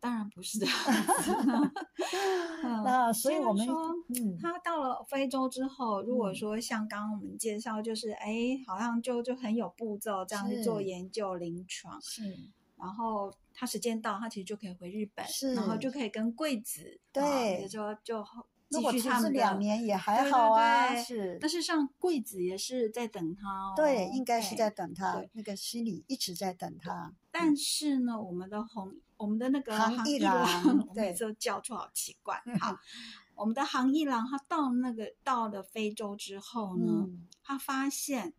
Speaker 3: 当然 不是这样子啦 嗯
Speaker 2: 那所以
Speaker 3: 虽
Speaker 2: 我
Speaker 3: 然
Speaker 2: 们
Speaker 3: 说
Speaker 2: 嗯
Speaker 3: 他到了非洲之后，如果
Speaker 2: 嗯
Speaker 3: 说像刚刚我们介绍，就是哎，好像就就很有步骤这样去做
Speaker 2: 是
Speaker 3: 研究临床，
Speaker 2: 是
Speaker 3: 然后他时间到，他其实就可以回日本，
Speaker 2: 是
Speaker 3: 然后就可以跟贵子
Speaker 2: 对
Speaker 3: 啊、就就
Speaker 2: 如
Speaker 3: 继
Speaker 2: 果
Speaker 3: 续
Speaker 2: 只
Speaker 3: 他
Speaker 2: 是
Speaker 3: 们
Speaker 2: 两
Speaker 3: 的。
Speaker 2: 年也还
Speaker 3: 对对
Speaker 2: 好啊，
Speaker 3: 对
Speaker 2: 是
Speaker 3: 但。是像贵子也是在等他、哦，
Speaker 2: 对，应该是在等他
Speaker 3: 对，
Speaker 2: 那个心里一直在等他。
Speaker 3: 但是呢，我们的红，我们的那个
Speaker 2: 杭一
Speaker 3: 一
Speaker 2: 郎
Speaker 3: 郎，我
Speaker 2: 对
Speaker 3: 每次都叫出好奇 怪。好，我们的杭一郎他到那个到了非洲之后呢，
Speaker 2: 嗯
Speaker 3: 他发现，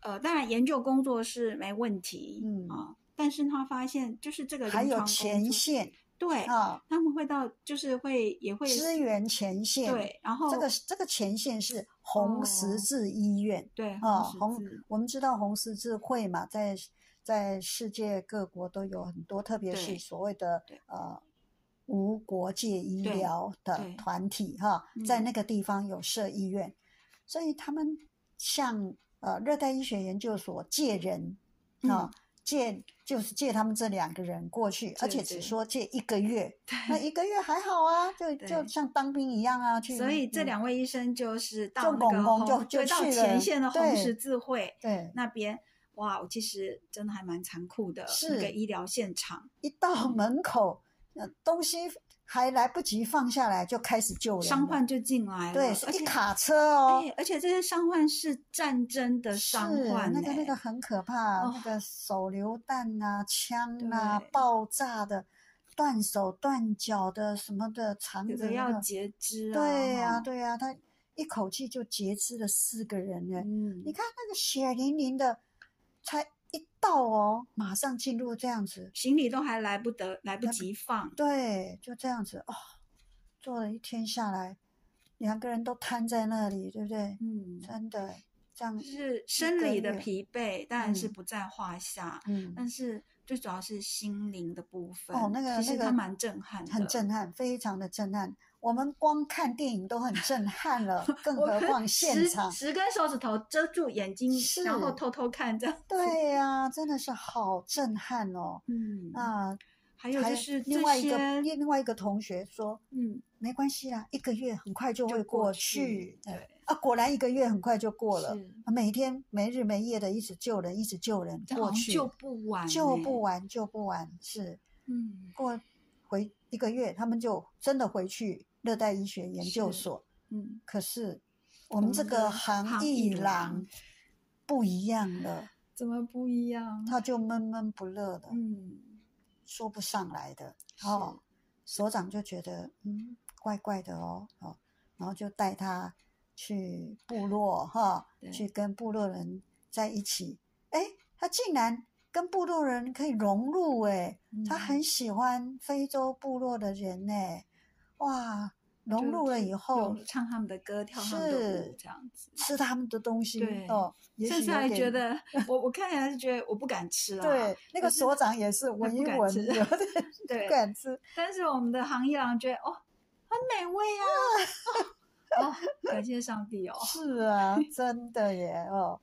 Speaker 3: 呃，当然研究工作是没问题，
Speaker 2: 嗯
Speaker 3: 啊、但是他发现就是这个
Speaker 2: 还
Speaker 3: 临
Speaker 2: 有
Speaker 3: 床工
Speaker 2: 前
Speaker 3: 作，
Speaker 2: 线
Speaker 3: 对，
Speaker 2: 啊，
Speaker 3: 他们会到就是会也会
Speaker 2: 支援前线。，
Speaker 3: 对，然后
Speaker 2: 这个这个前线是红
Speaker 3: 哦
Speaker 2: 十字医院。
Speaker 3: 对
Speaker 2: 啊，
Speaker 3: 红
Speaker 2: 红
Speaker 3: 十字，
Speaker 2: 我们知道红十字会嘛，在在世界各国都有很多，特别是
Speaker 3: 对
Speaker 2: 所谓的
Speaker 3: 对
Speaker 2: 呃无国界医
Speaker 3: 对
Speaker 2: 疗的
Speaker 3: 对
Speaker 2: 团体哈，在
Speaker 3: 嗯
Speaker 2: 那个地方有设医院，所以他们向呃热带医学研究所借人
Speaker 3: 嗯
Speaker 2: 啊。借就是借他们这两个人过去，而
Speaker 3: 对
Speaker 2: 且只
Speaker 3: 对
Speaker 2: 说借一个月，那
Speaker 3: 对，
Speaker 2: 一个月还好啊，就就
Speaker 3: 对
Speaker 2: 像当兵一样啊，去。
Speaker 3: 所以这
Speaker 2: 嗯
Speaker 3: 两位医生就是
Speaker 2: 就
Speaker 3: 到那
Speaker 2: 拱
Speaker 3: 个
Speaker 2: 拱
Speaker 3: 红
Speaker 2: 就就
Speaker 3: 对到
Speaker 2: 去了
Speaker 3: 前线的红
Speaker 2: 对
Speaker 3: 十字会，
Speaker 2: 对
Speaker 3: 那边，哇，我其实真的还蛮残酷的，
Speaker 2: 是
Speaker 3: 那个医疗现场
Speaker 2: 一到
Speaker 3: 嗯
Speaker 2: 门口，呃，东西还来不及放下来就开始救人了，
Speaker 3: 伤患就进来了，
Speaker 2: 对，
Speaker 3: 而
Speaker 2: 是
Speaker 3: 且
Speaker 2: 一卡车哦
Speaker 3: 哎，，而且这些伤患是战争的
Speaker 2: 是
Speaker 3: 哎伤患、
Speaker 2: 那个那
Speaker 3: 哎
Speaker 2: 个很可怕，那
Speaker 3: 哦
Speaker 2: 个手榴弹啊、枪啊、
Speaker 3: 对
Speaker 2: 爆炸的、断手断脚的什么的，肠
Speaker 3: 有
Speaker 2: 子
Speaker 3: 的
Speaker 2: 那
Speaker 3: 要
Speaker 2: 个
Speaker 3: 截肢啊，
Speaker 2: 对呀、
Speaker 3: 哈，
Speaker 2: 对呀、他一口气就截肢了四个人呢。
Speaker 3: 嗯
Speaker 2: 你，看那个血淋淋的，才一到哦，马上进入这样子，
Speaker 3: 行李都还来不得，来不及放，
Speaker 2: 对，就这样子哦，做了一天下来，两个人都瘫在那里，对不对？
Speaker 3: 嗯，
Speaker 2: 真的这样
Speaker 3: 就，是生理的疲惫当然是
Speaker 2: 嗯
Speaker 3: 不在话下，
Speaker 2: 嗯，
Speaker 3: 但是最主要是心灵的部分。
Speaker 2: 哦那个
Speaker 3: 其实
Speaker 2: 那个
Speaker 3: 它蛮震撼的，
Speaker 2: 很震撼，非常的震撼。我们光看电影都很震撼 了，更
Speaker 3: 我
Speaker 2: 何
Speaker 3: 可以
Speaker 2: 况现
Speaker 3: 十
Speaker 2: 场。
Speaker 3: 十根手指头遮住眼睛，
Speaker 2: 是
Speaker 3: 然后偷偷看这样。
Speaker 2: 对呀、真的是好震撼哦。
Speaker 3: 嗯，
Speaker 2: 那
Speaker 3: 还有
Speaker 2: 还
Speaker 3: 就是
Speaker 2: 另
Speaker 3: 这
Speaker 2: 外一个
Speaker 3: 些
Speaker 2: 另外一个同学说，
Speaker 3: 嗯，
Speaker 2: 没关系啊，一个月很快就
Speaker 3: 就
Speaker 2: 会
Speaker 3: 过
Speaker 2: 过
Speaker 3: 去
Speaker 2: 去。哎
Speaker 3: 对
Speaker 2: 啊，果然一个月很快就过了，
Speaker 3: 是
Speaker 2: 每天没日没夜的一直救人，一直救人，
Speaker 3: 这
Speaker 2: 过
Speaker 3: 好像
Speaker 2: 去
Speaker 3: 救不完
Speaker 2: 救
Speaker 3: 欸
Speaker 2: 不完，救不完，是
Speaker 3: 嗯
Speaker 2: 过回一个月，他们就真的回去热带医学研究
Speaker 3: 是
Speaker 2: 所。
Speaker 3: 嗯，
Speaker 2: 可是
Speaker 3: 我
Speaker 2: 我们
Speaker 3: 们
Speaker 2: 这
Speaker 3: 的
Speaker 2: 个
Speaker 3: 行
Speaker 2: 行
Speaker 3: 一
Speaker 2: 一
Speaker 3: 郎
Speaker 2: 郎不一样了，
Speaker 3: 怎么不一 样？
Speaker 2: 他就闷闷不乐的，
Speaker 3: 嗯，
Speaker 2: 说不上来的。哦，所长就觉得嗯，怪怪的哦，哦，然后就带他去部落哈
Speaker 3: 对，
Speaker 2: 去跟部落人在一起。哎，他竟然跟部落人可以融入哎，他
Speaker 3: 嗯
Speaker 2: 很喜欢非洲部落的人哎，哇，融
Speaker 3: 就
Speaker 2: 入了
Speaker 3: 是
Speaker 2: 以
Speaker 3: 有
Speaker 2: 后。
Speaker 3: 唱他们的歌，跳他们的舞
Speaker 2: 是
Speaker 3: 这样子。
Speaker 2: 吃他们的东西
Speaker 3: 对
Speaker 2: 哦，也
Speaker 3: 甚
Speaker 2: 许
Speaker 3: 至
Speaker 2: 有
Speaker 3: 还
Speaker 2: 点
Speaker 3: 觉得我我看起来是觉得我不敢吃了，
Speaker 2: 对，那个
Speaker 3: 可是
Speaker 2: 所长也是闻
Speaker 3: 不
Speaker 2: 一
Speaker 3: 敢
Speaker 2: 闻，
Speaker 3: 吃
Speaker 2: 有点
Speaker 3: 对
Speaker 2: 不敢吃，
Speaker 3: 但是我们的行业郎觉得哦，很美味啊！
Speaker 2: 啊
Speaker 3: 哦，感谢上 帝哦。
Speaker 2: 是啊，真的耶哦。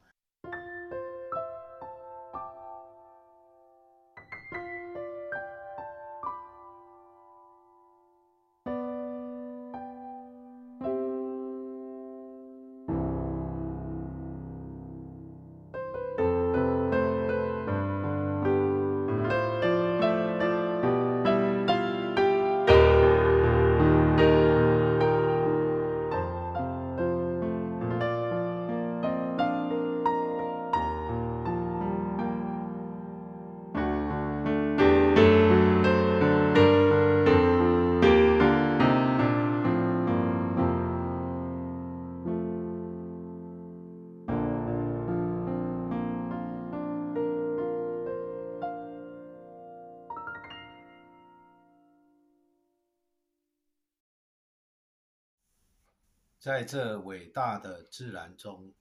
Speaker 4: 在这伟大的自然中，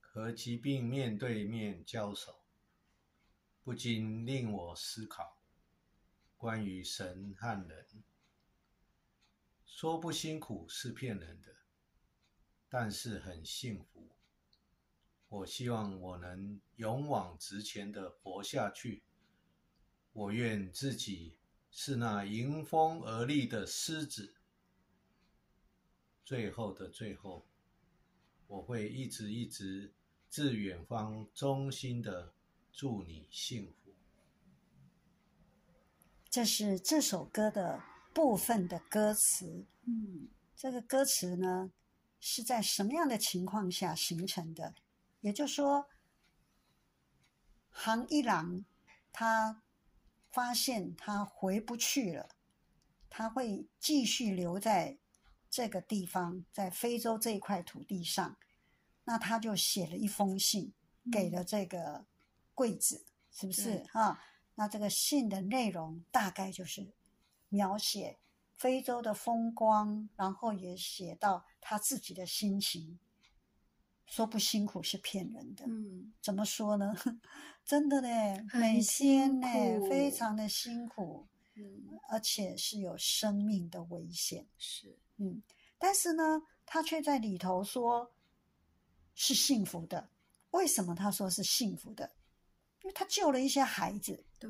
Speaker 4: 和疾病面对面交手，不禁令我思考关于神和人。说不辛苦是骗人的，但是很幸福。我希望我能勇往直前的活下去。我愿自己是那迎风而立的狮子。最后的最后，我会一直一直致远方，衷心的祝你幸福。
Speaker 2: 这是这首歌的部分的歌词，
Speaker 3: 嗯，
Speaker 2: 这个歌词呢是在什么样的情况下形成的？也就是说，杭一郎他发现他回不去了，他会继续留在这个地方，在非洲这一块土地上。那他就写了一封信给了这个贵子，是不是
Speaker 3: 对
Speaker 2: 啊？那这个信的内容大概就是描写非洲的风光，然后也写到他自己的心情。说不辛苦是骗人的，
Speaker 3: 嗯，
Speaker 2: 怎么说呢？ 真的嘞，
Speaker 3: 很
Speaker 2: 每天呢
Speaker 3: 辛苦
Speaker 2: 非常的辛苦，
Speaker 3: 嗯，
Speaker 2: 而且是有生命的危险。
Speaker 3: 是，
Speaker 2: 嗯，但是呢，他却在里头说是幸福的。为什么他说是幸福的？因为他救了一些孩子，
Speaker 3: 对，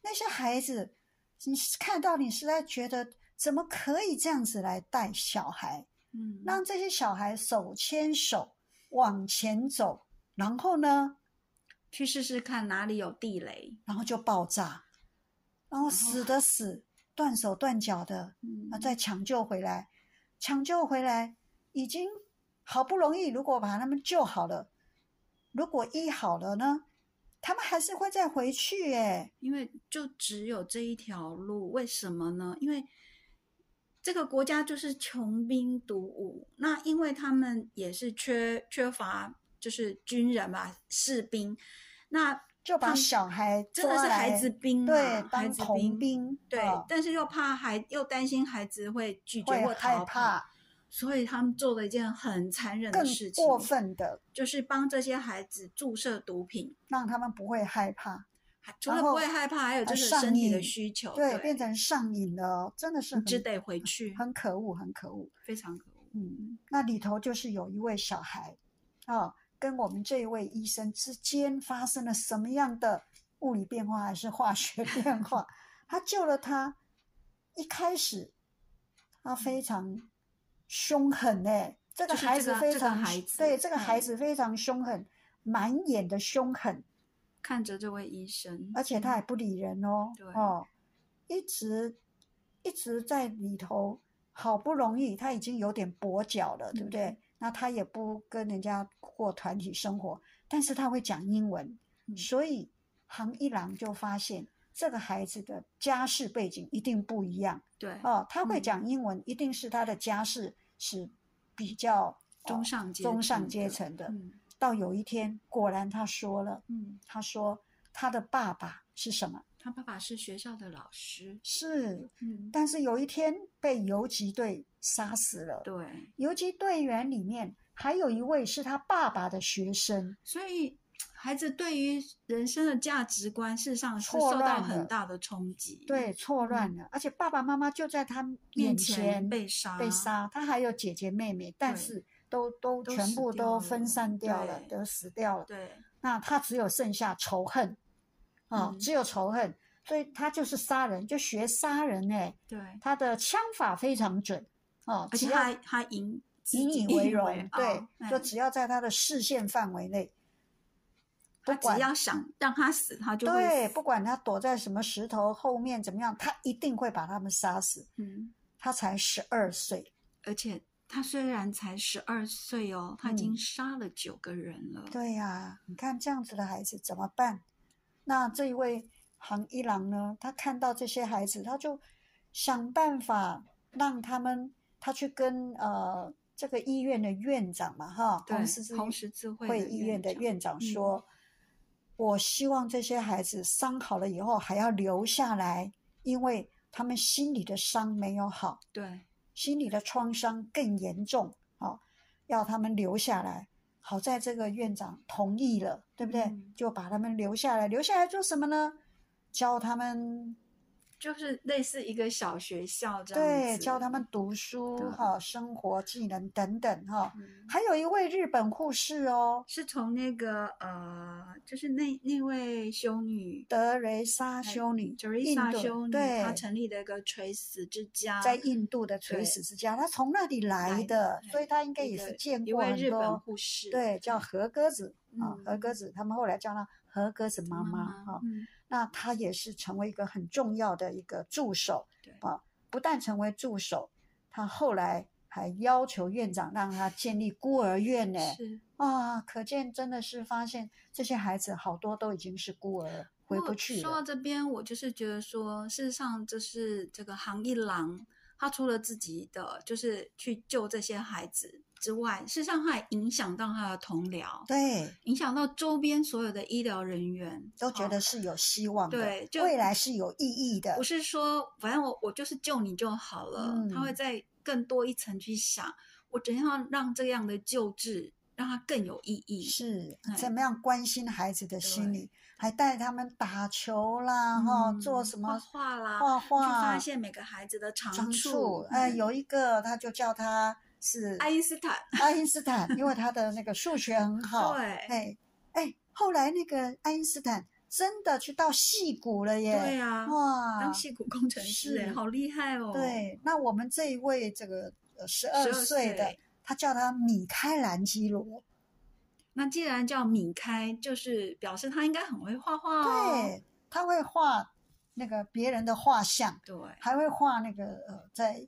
Speaker 2: 那些孩子，你看到你实在觉得怎么可以这样子来带小孩？
Speaker 3: 嗯，
Speaker 2: 让这些小孩手牵手往前走，然后呢，
Speaker 3: 去试试看哪里有地雷。
Speaker 2: 然后就爆炸，然后死的死，断手断脚的，
Speaker 3: 嗯
Speaker 2: 啊，再抢救回来，抢救回来已经好不容易，如果把他们救好了，如果医好了呢，他们还是会再回去哎，
Speaker 3: 因为就只有这一条路，为什么呢？因为这个国家就是穷兵黩武，那因为他们也是缺缺乏就是军人吧，士兵，那
Speaker 2: 就
Speaker 3: 他
Speaker 2: 把
Speaker 3: 们
Speaker 2: 小孩
Speaker 3: 真的
Speaker 2: 抓
Speaker 3: 是孩
Speaker 2: 来
Speaker 3: 子兵嘛，
Speaker 2: 对
Speaker 3: 孩
Speaker 2: 当
Speaker 3: 子
Speaker 2: 童
Speaker 3: 兵。
Speaker 2: 兵，
Speaker 3: 对，
Speaker 2: 啊
Speaker 3: 但是又怕孩，又担心孩子会拒绝或
Speaker 2: 会害
Speaker 3: 逃跑，
Speaker 2: 怕，
Speaker 3: 所以他们做了一件很残忍的
Speaker 2: 更
Speaker 3: 事情，
Speaker 2: 过分的
Speaker 3: 就是帮这些孩子注射毒品，
Speaker 2: 让他们不会害怕。
Speaker 3: 除了不会害怕，还有就是身体的需求，
Speaker 2: 对，变成上瘾了哦，真的是很
Speaker 3: 哦你只得回去，
Speaker 2: 很可恶，很可恶。
Speaker 3: 非常可恶。
Speaker 2: 嗯，那里头就是有一位小孩啊、跟我们这一位医生之间发生了什么样的物理变化还是化学变化？他救了他。一开始他非常凶狠呢、这个
Speaker 3: 嗯就是
Speaker 2: 孩
Speaker 3: 这
Speaker 2: 子
Speaker 3: 个
Speaker 2: 非
Speaker 3: 这个
Speaker 2: 常、
Speaker 3: 孩子
Speaker 2: 对这个孩
Speaker 3: 嗯
Speaker 2: 子非常凶狠，满眼的凶狠，
Speaker 3: 看着这位医生，
Speaker 2: 而且他也不理人哦，
Speaker 3: 对
Speaker 2: 哦，一直一直在里头，好不容易他已经有点跛脚了，对不对？
Speaker 3: 嗯
Speaker 2: 那他也不跟人家过团体生活，但是他会讲英文，
Speaker 3: 嗯
Speaker 2: 所以杭一郎就发现这个孩子的家世背景一定不一样
Speaker 3: 对
Speaker 2: 哦，他会
Speaker 3: 嗯
Speaker 2: 讲英文，一定是他的家世是比较
Speaker 3: 中
Speaker 2: 呃
Speaker 3: 上阶
Speaker 2: 中上
Speaker 3: 层
Speaker 2: 阶
Speaker 3: 的
Speaker 2: 层的。
Speaker 3: 嗯
Speaker 2: 到有一天，果然他说了，
Speaker 3: 嗯，
Speaker 2: 他说他的爸爸是什么？
Speaker 3: 他爸爸是学校的老师，
Speaker 2: 是，
Speaker 3: 嗯，
Speaker 2: 但是有一天被游击队杀死了。
Speaker 3: 对，
Speaker 2: 游击队员里面还有一位是他爸爸的学生，
Speaker 3: 所以孩子对于人生的价值观，事实上是
Speaker 2: 错
Speaker 3: 受到
Speaker 2: 乱
Speaker 3: 很
Speaker 2: 了
Speaker 3: 大的冲击，
Speaker 2: 对，，错乱了，而且爸爸妈妈就在他眼
Speaker 3: 嗯面
Speaker 2: 前
Speaker 3: 前被杀，
Speaker 2: 被杀，他还有姐姐妹妹，但
Speaker 3: 对
Speaker 2: 是都都
Speaker 3: 都
Speaker 2: 全
Speaker 3: 死
Speaker 2: 部
Speaker 3: 掉
Speaker 2: 都
Speaker 3: 了
Speaker 2: 分散掉了，
Speaker 3: 对
Speaker 2: 都死掉了。
Speaker 3: 对，
Speaker 2: 那他只有剩下仇恨，啊、
Speaker 3: 嗯
Speaker 2: 只有仇恨，所以他就是杀人，就学杀人哎、
Speaker 3: 对，
Speaker 2: 他的枪法非常准哦，
Speaker 3: 而且
Speaker 2: 只要
Speaker 3: 他他引自
Speaker 2: 引
Speaker 3: 己
Speaker 2: 以为荣，对
Speaker 3: 傲，哎
Speaker 2: 就只要在他的视线范围内，不
Speaker 3: 他
Speaker 2: 管
Speaker 3: 只要想让他死，他就会
Speaker 2: 对，
Speaker 3: 死
Speaker 2: 不管他躲在什么石头后面怎么样，他一定会把他们杀死。
Speaker 3: 嗯，
Speaker 2: 他才十二岁，
Speaker 3: 而且他虽然才十二岁哦，他已
Speaker 2: 嗯
Speaker 3: 经杀了九个人了，
Speaker 2: 对呀、你看这样子的孩子怎么办？那这一位杭一郎呢？他看到这些孩子，他就想办法让他们，他去跟呃这个医院的院长嘛，哈，
Speaker 3: 对
Speaker 2: 红十字
Speaker 3: 红十字会
Speaker 2: 会
Speaker 3: 的
Speaker 2: 医
Speaker 3: 院
Speaker 2: 院的
Speaker 3: 长
Speaker 2: 院长
Speaker 3: 嗯
Speaker 2: 说：“我希望这些孩子伤好了以后还要留下来，因为他们心里的伤没有好。”
Speaker 3: 对
Speaker 2: 心理的创伤更严重，好、要他们留下来。好在这个院长同意了，对不对？
Speaker 3: 嗯
Speaker 2: 就把他们留下来，留下来做什么呢？教他们
Speaker 3: 就是类似一个小学校这样
Speaker 2: 对，
Speaker 3: 子
Speaker 2: 教他们读书
Speaker 3: 对
Speaker 2: 哈、生活技能等等哈、
Speaker 3: 嗯
Speaker 2: 还有一位日本护士哦，
Speaker 3: 是从那个呃，就是那那位修女
Speaker 2: 德雷
Speaker 3: 哎
Speaker 2: 莎修女，印
Speaker 3: Teresa
Speaker 2: 度
Speaker 3: 修女，
Speaker 2: 对，
Speaker 3: 她成立的一个垂死之家，
Speaker 2: 在印度的垂
Speaker 3: 对
Speaker 2: 死之家，她从那里来
Speaker 3: 来
Speaker 2: 的，
Speaker 3: 的
Speaker 2: 所以她应该
Speaker 3: 一
Speaker 2: 也
Speaker 3: 个
Speaker 2: 是见
Speaker 3: 一
Speaker 2: 过
Speaker 3: 位
Speaker 2: 很
Speaker 3: 日本
Speaker 2: 多
Speaker 3: 护士，
Speaker 2: 对，叫何鸽子啊，
Speaker 3: 嗯
Speaker 2: 何鸽子，他们后来叫她何鸽子妈妈啊。
Speaker 3: 嗯，
Speaker 2: 那她也是成为一个很重要的一个助手
Speaker 3: 对
Speaker 2: 啊，不但成为助手，她后来还要求院长让她建立孤儿院呢
Speaker 3: 是
Speaker 2: 啊，可见真的是发现这些孩子好多都已经是孤儿，
Speaker 3: 不
Speaker 2: 回
Speaker 3: 过
Speaker 2: 不去
Speaker 3: 说到
Speaker 2: 了。
Speaker 3: 这边，我就是觉得说，事实上就是这个杭一郎，他除了自己的就是去救这些孩子之外，事实上他还影响到他的同僚，
Speaker 2: 对，
Speaker 3: 影响到周边所有的医疗人员，
Speaker 2: 都觉
Speaker 3: 哦
Speaker 2: 得是有希望的，
Speaker 3: 对就
Speaker 2: 未来是有意义的
Speaker 3: 不。是说反正我我就是救你就好了，他会
Speaker 2: 嗯
Speaker 3: 再更多一层去想，我怎样让这样的救治让它更有意义。
Speaker 2: 是
Speaker 3: 哎
Speaker 2: 怎么样关心孩子的心
Speaker 3: 对
Speaker 2: 理，还带他们打球啦，哈、做
Speaker 3: 嗯
Speaker 2: 什么
Speaker 3: 画画啦，
Speaker 2: 画画，
Speaker 3: 去发现每个孩子的长
Speaker 2: 长
Speaker 3: 处
Speaker 2: 处。。哎，
Speaker 3: 嗯
Speaker 2: 有一个他就叫他是
Speaker 3: 爱因斯坦，
Speaker 2: 爱因斯坦，因为他的那个数学 很好。
Speaker 3: 对
Speaker 2: 哎哎，后来那个爱因斯坦真的去到戏骨了耶！
Speaker 3: 对啊，
Speaker 2: 哇
Speaker 3: 当，戏骨工程师哎，
Speaker 2: 是
Speaker 3: 好厉害哦！，
Speaker 2: 对，那我们这一位这个呃十二
Speaker 3: 12
Speaker 2: 岁的
Speaker 3: 岁，
Speaker 2: 他叫他米开朗基罗。
Speaker 3: 那既然叫米开，就是表示他应该很会画画哦。
Speaker 2: 对，他会画那个别人的画像。
Speaker 3: 对
Speaker 2: 还会画那个呃，在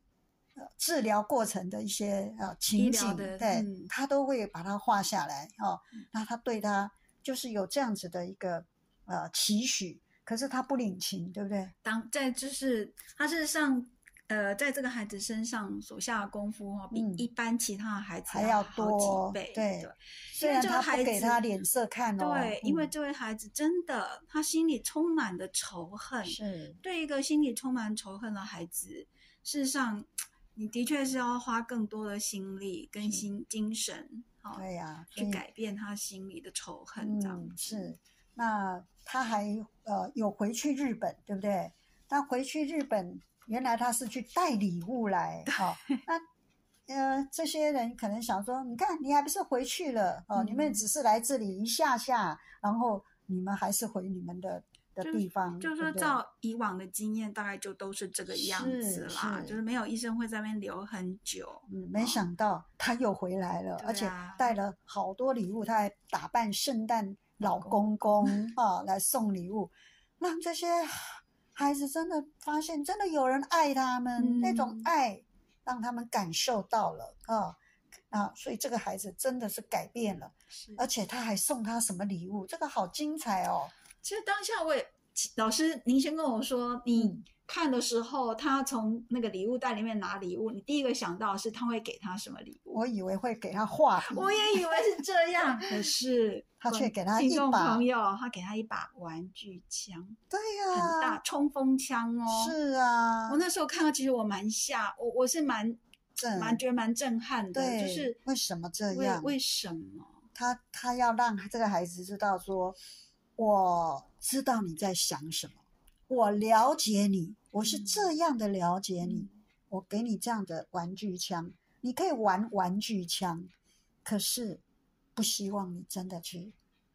Speaker 2: 呃治疗过程的一些呃情
Speaker 3: 疗
Speaker 2: 景，
Speaker 3: 的
Speaker 2: 对、
Speaker 3: 嗯
Speaker 2: 他都会把它画下来哦。那他对他就是有这样子的一个呃期许，可是他不领情，对不对？
Speaker 3: 当在就是他事实上，呃，在这个孩子身上所下的功夫哦，比
Speaker 2: 嗯
Speaker 3: 一般其他的孩子
Speaker 2: 还要
Speaker 3: 好
Speaker 2: 多
Speaker 3: 几倍。
Speaker 2: 对虽
Speaker 3: 因为
Speaker 2: 然
Speaker 3: 这个
Speaker 2: 他
Speaker 3: 孩
Speaker 2: 不给
Speaker 3: 子
Speaker 2: 他脸色看哦，
Speaker 3: 对，因为
Speaker 2: 嗯
Speaker 3: 这位孩子真的，他心里充满了仇恨。
Speaker 2: 嗯是
Speaker 3: 对一个心里充满仇恨的孩子，事实上，你的确是要花更多的心力跟
Speaker 2: 是
Speaker 3: 心精神，哦，
Speaker 2: 对呀、所
Speaker 3: 去
Speaker 2: 以
Speaker 3: 改变他心里的仇恨，这样
Speaker 2: 嗯
Speaker 3: 子
Speaker 2: 是。那他还呃有回去日本，对不对？那回去日本，原来他是去带礼物来，哦，那呃这些人可能想说，你看你还不是回去了哦，你们
Speaker 3: 嗯
Speaker 2: 只是来这里一下下，然后你们还是回你们的的
Speaker 3: 就
Speaker 2: 地方，
Speaker 3: 就
Speaker 2: 对
Speaker 3: 是说，
Speaker 2: 不对
Speaker 3: 照以往的经验，大概就都是这个样
Speaker 2: 是
Speaker 3: 子啦，
Speaker 2: 是
Speaker 3: 就是没有医生会在那边留很久。
Speaker 2: 嗯，没想到他又回来了，
Speaker 3: 对
Speaker 2: 而且
Speaker 3: 啊
Speaker 2: 带了好多礼物，他还打扮圣诞老公公 啊来送礼物，让这些孩子真的发现，真的有人爱他们，那种
Speaker 3: 嗯
Speaker 2: 爱让他们感受到了啊啊，所以这个孩子真的是改变了，
Speaker 3: 是
Speaker 2: 而且他还送他什么礼物，这个好精彩哦，
Speaker 3: 其实当下我也，其老师您先跟我说，你
Speaker 2: 嗯
Speaker 3: 看的时候，他从那个礼物袋里面拿礼物，你第一个想到是他会给他什么礼物？
Speaker 2: 我以为会给他画笔，
Speaker 3: 我也以为是这样， 可是
Speaker 2: 他却给他
Speaker 3: 听
Speaker 2: 一
Speaker 3: 众
Speaker 2: 把
Speaker 3: 朋友，他给他一把玩具枪，
Speaker 2: 对
Speaker 3: 很
Speaker 2: 呀、
Speaker 3: 大冲锋枪哦。
Speaker 2: 啊是啊
Speaker 3: 我，那时候看到，其实我蛮吓，我我是蛮
Speaker 2: 震
Speaker 3: 蛮觉得蛮震撼的，
Speaker 2: 对，
Speaker 3: 就是
Speaker 2: 为什么这
Speaker 3: 为
Speaker 2: 样？
Speaker 3: 为什么？
Speaker 2: 他他要让这个孩子知道说，我知道你在想什么，我了解你，我是
Speaker 3: 嗯
Speaker 2: 这样的了解你，
Speaker 3: 嗯
Speaker 2: 我给你这样的玩具枪，你可以玩玩具枪，可是不希望你真的去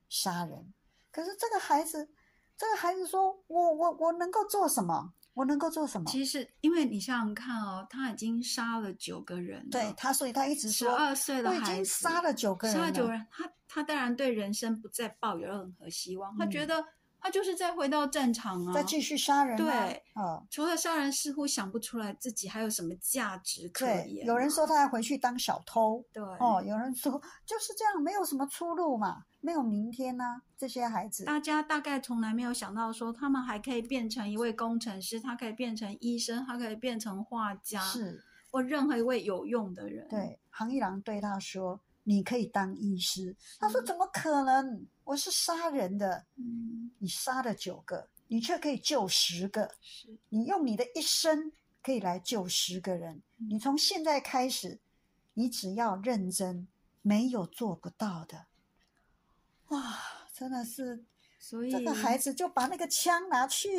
Speaker 2: 杀人。可是这个孩子，这个孩子说，我我我能够做什么？我能够做什么？
Speaker 3: 其实因为你想想看哦，他已经杀了九个人了，
Speaker 2: 对他，所以他一直
Speaker 3: 十
Speaker 2: 说，
Speaker 3: 二岁的
Speaker 2: 我已
Speaker 3: 孩
Speaker 2: 经
Speaker 3: 子
Speaker 2: 杀了九个人
Speaker 3: 杀
Speaker 2: 了，
Speaker 3: 了九个人，他他当然对人生不再抱有任何希望，他觉
Speaker 2: 嗯
Speaker 3: 得他就是再回到战场啊，
Speaker 2: 再继续杀人、啊。
Speaker 3: 对
Speaker 2: 哦。
Speaker 3: 除了杀人，似乎想不出来自己还有什么价值可
Speaker 2: 对，
Speaker 3: 言啊。
Speaker 2: 有人说他要回去当小偷，
Speaker 3: 对
Speaker 2: 哦，，有人说 就是这样，没有什么出路嘛，没有明天呐、这些孩子，
Speaker 3: 大家大概从来没有想到说他们还可以变成一位工程师，他可以变成医生，他可以变成画家，
Speaker 2: 是
Speaker 3: 或任何一位有用的人。
Speaker 2: 对。杭一郎对他说：“你可以当医师。”他说：“
Speaker 3: 是
Speaker 2: 怎么可能？我是杀人的，
Speaker 3: 嗯，
Speaker 2: 你杀了九个，你却可以救十个，
Speaker 3: 是
Speaker 2: 你用你的一生可以来救十个人。
Speaker 3: 嗯
Speaker 2: 你从现在开始，你只要认真，没有做不到的。”哇，真的是
Speaker 3: 所以
Speaker 2: 这个孩子就把那个枪拿去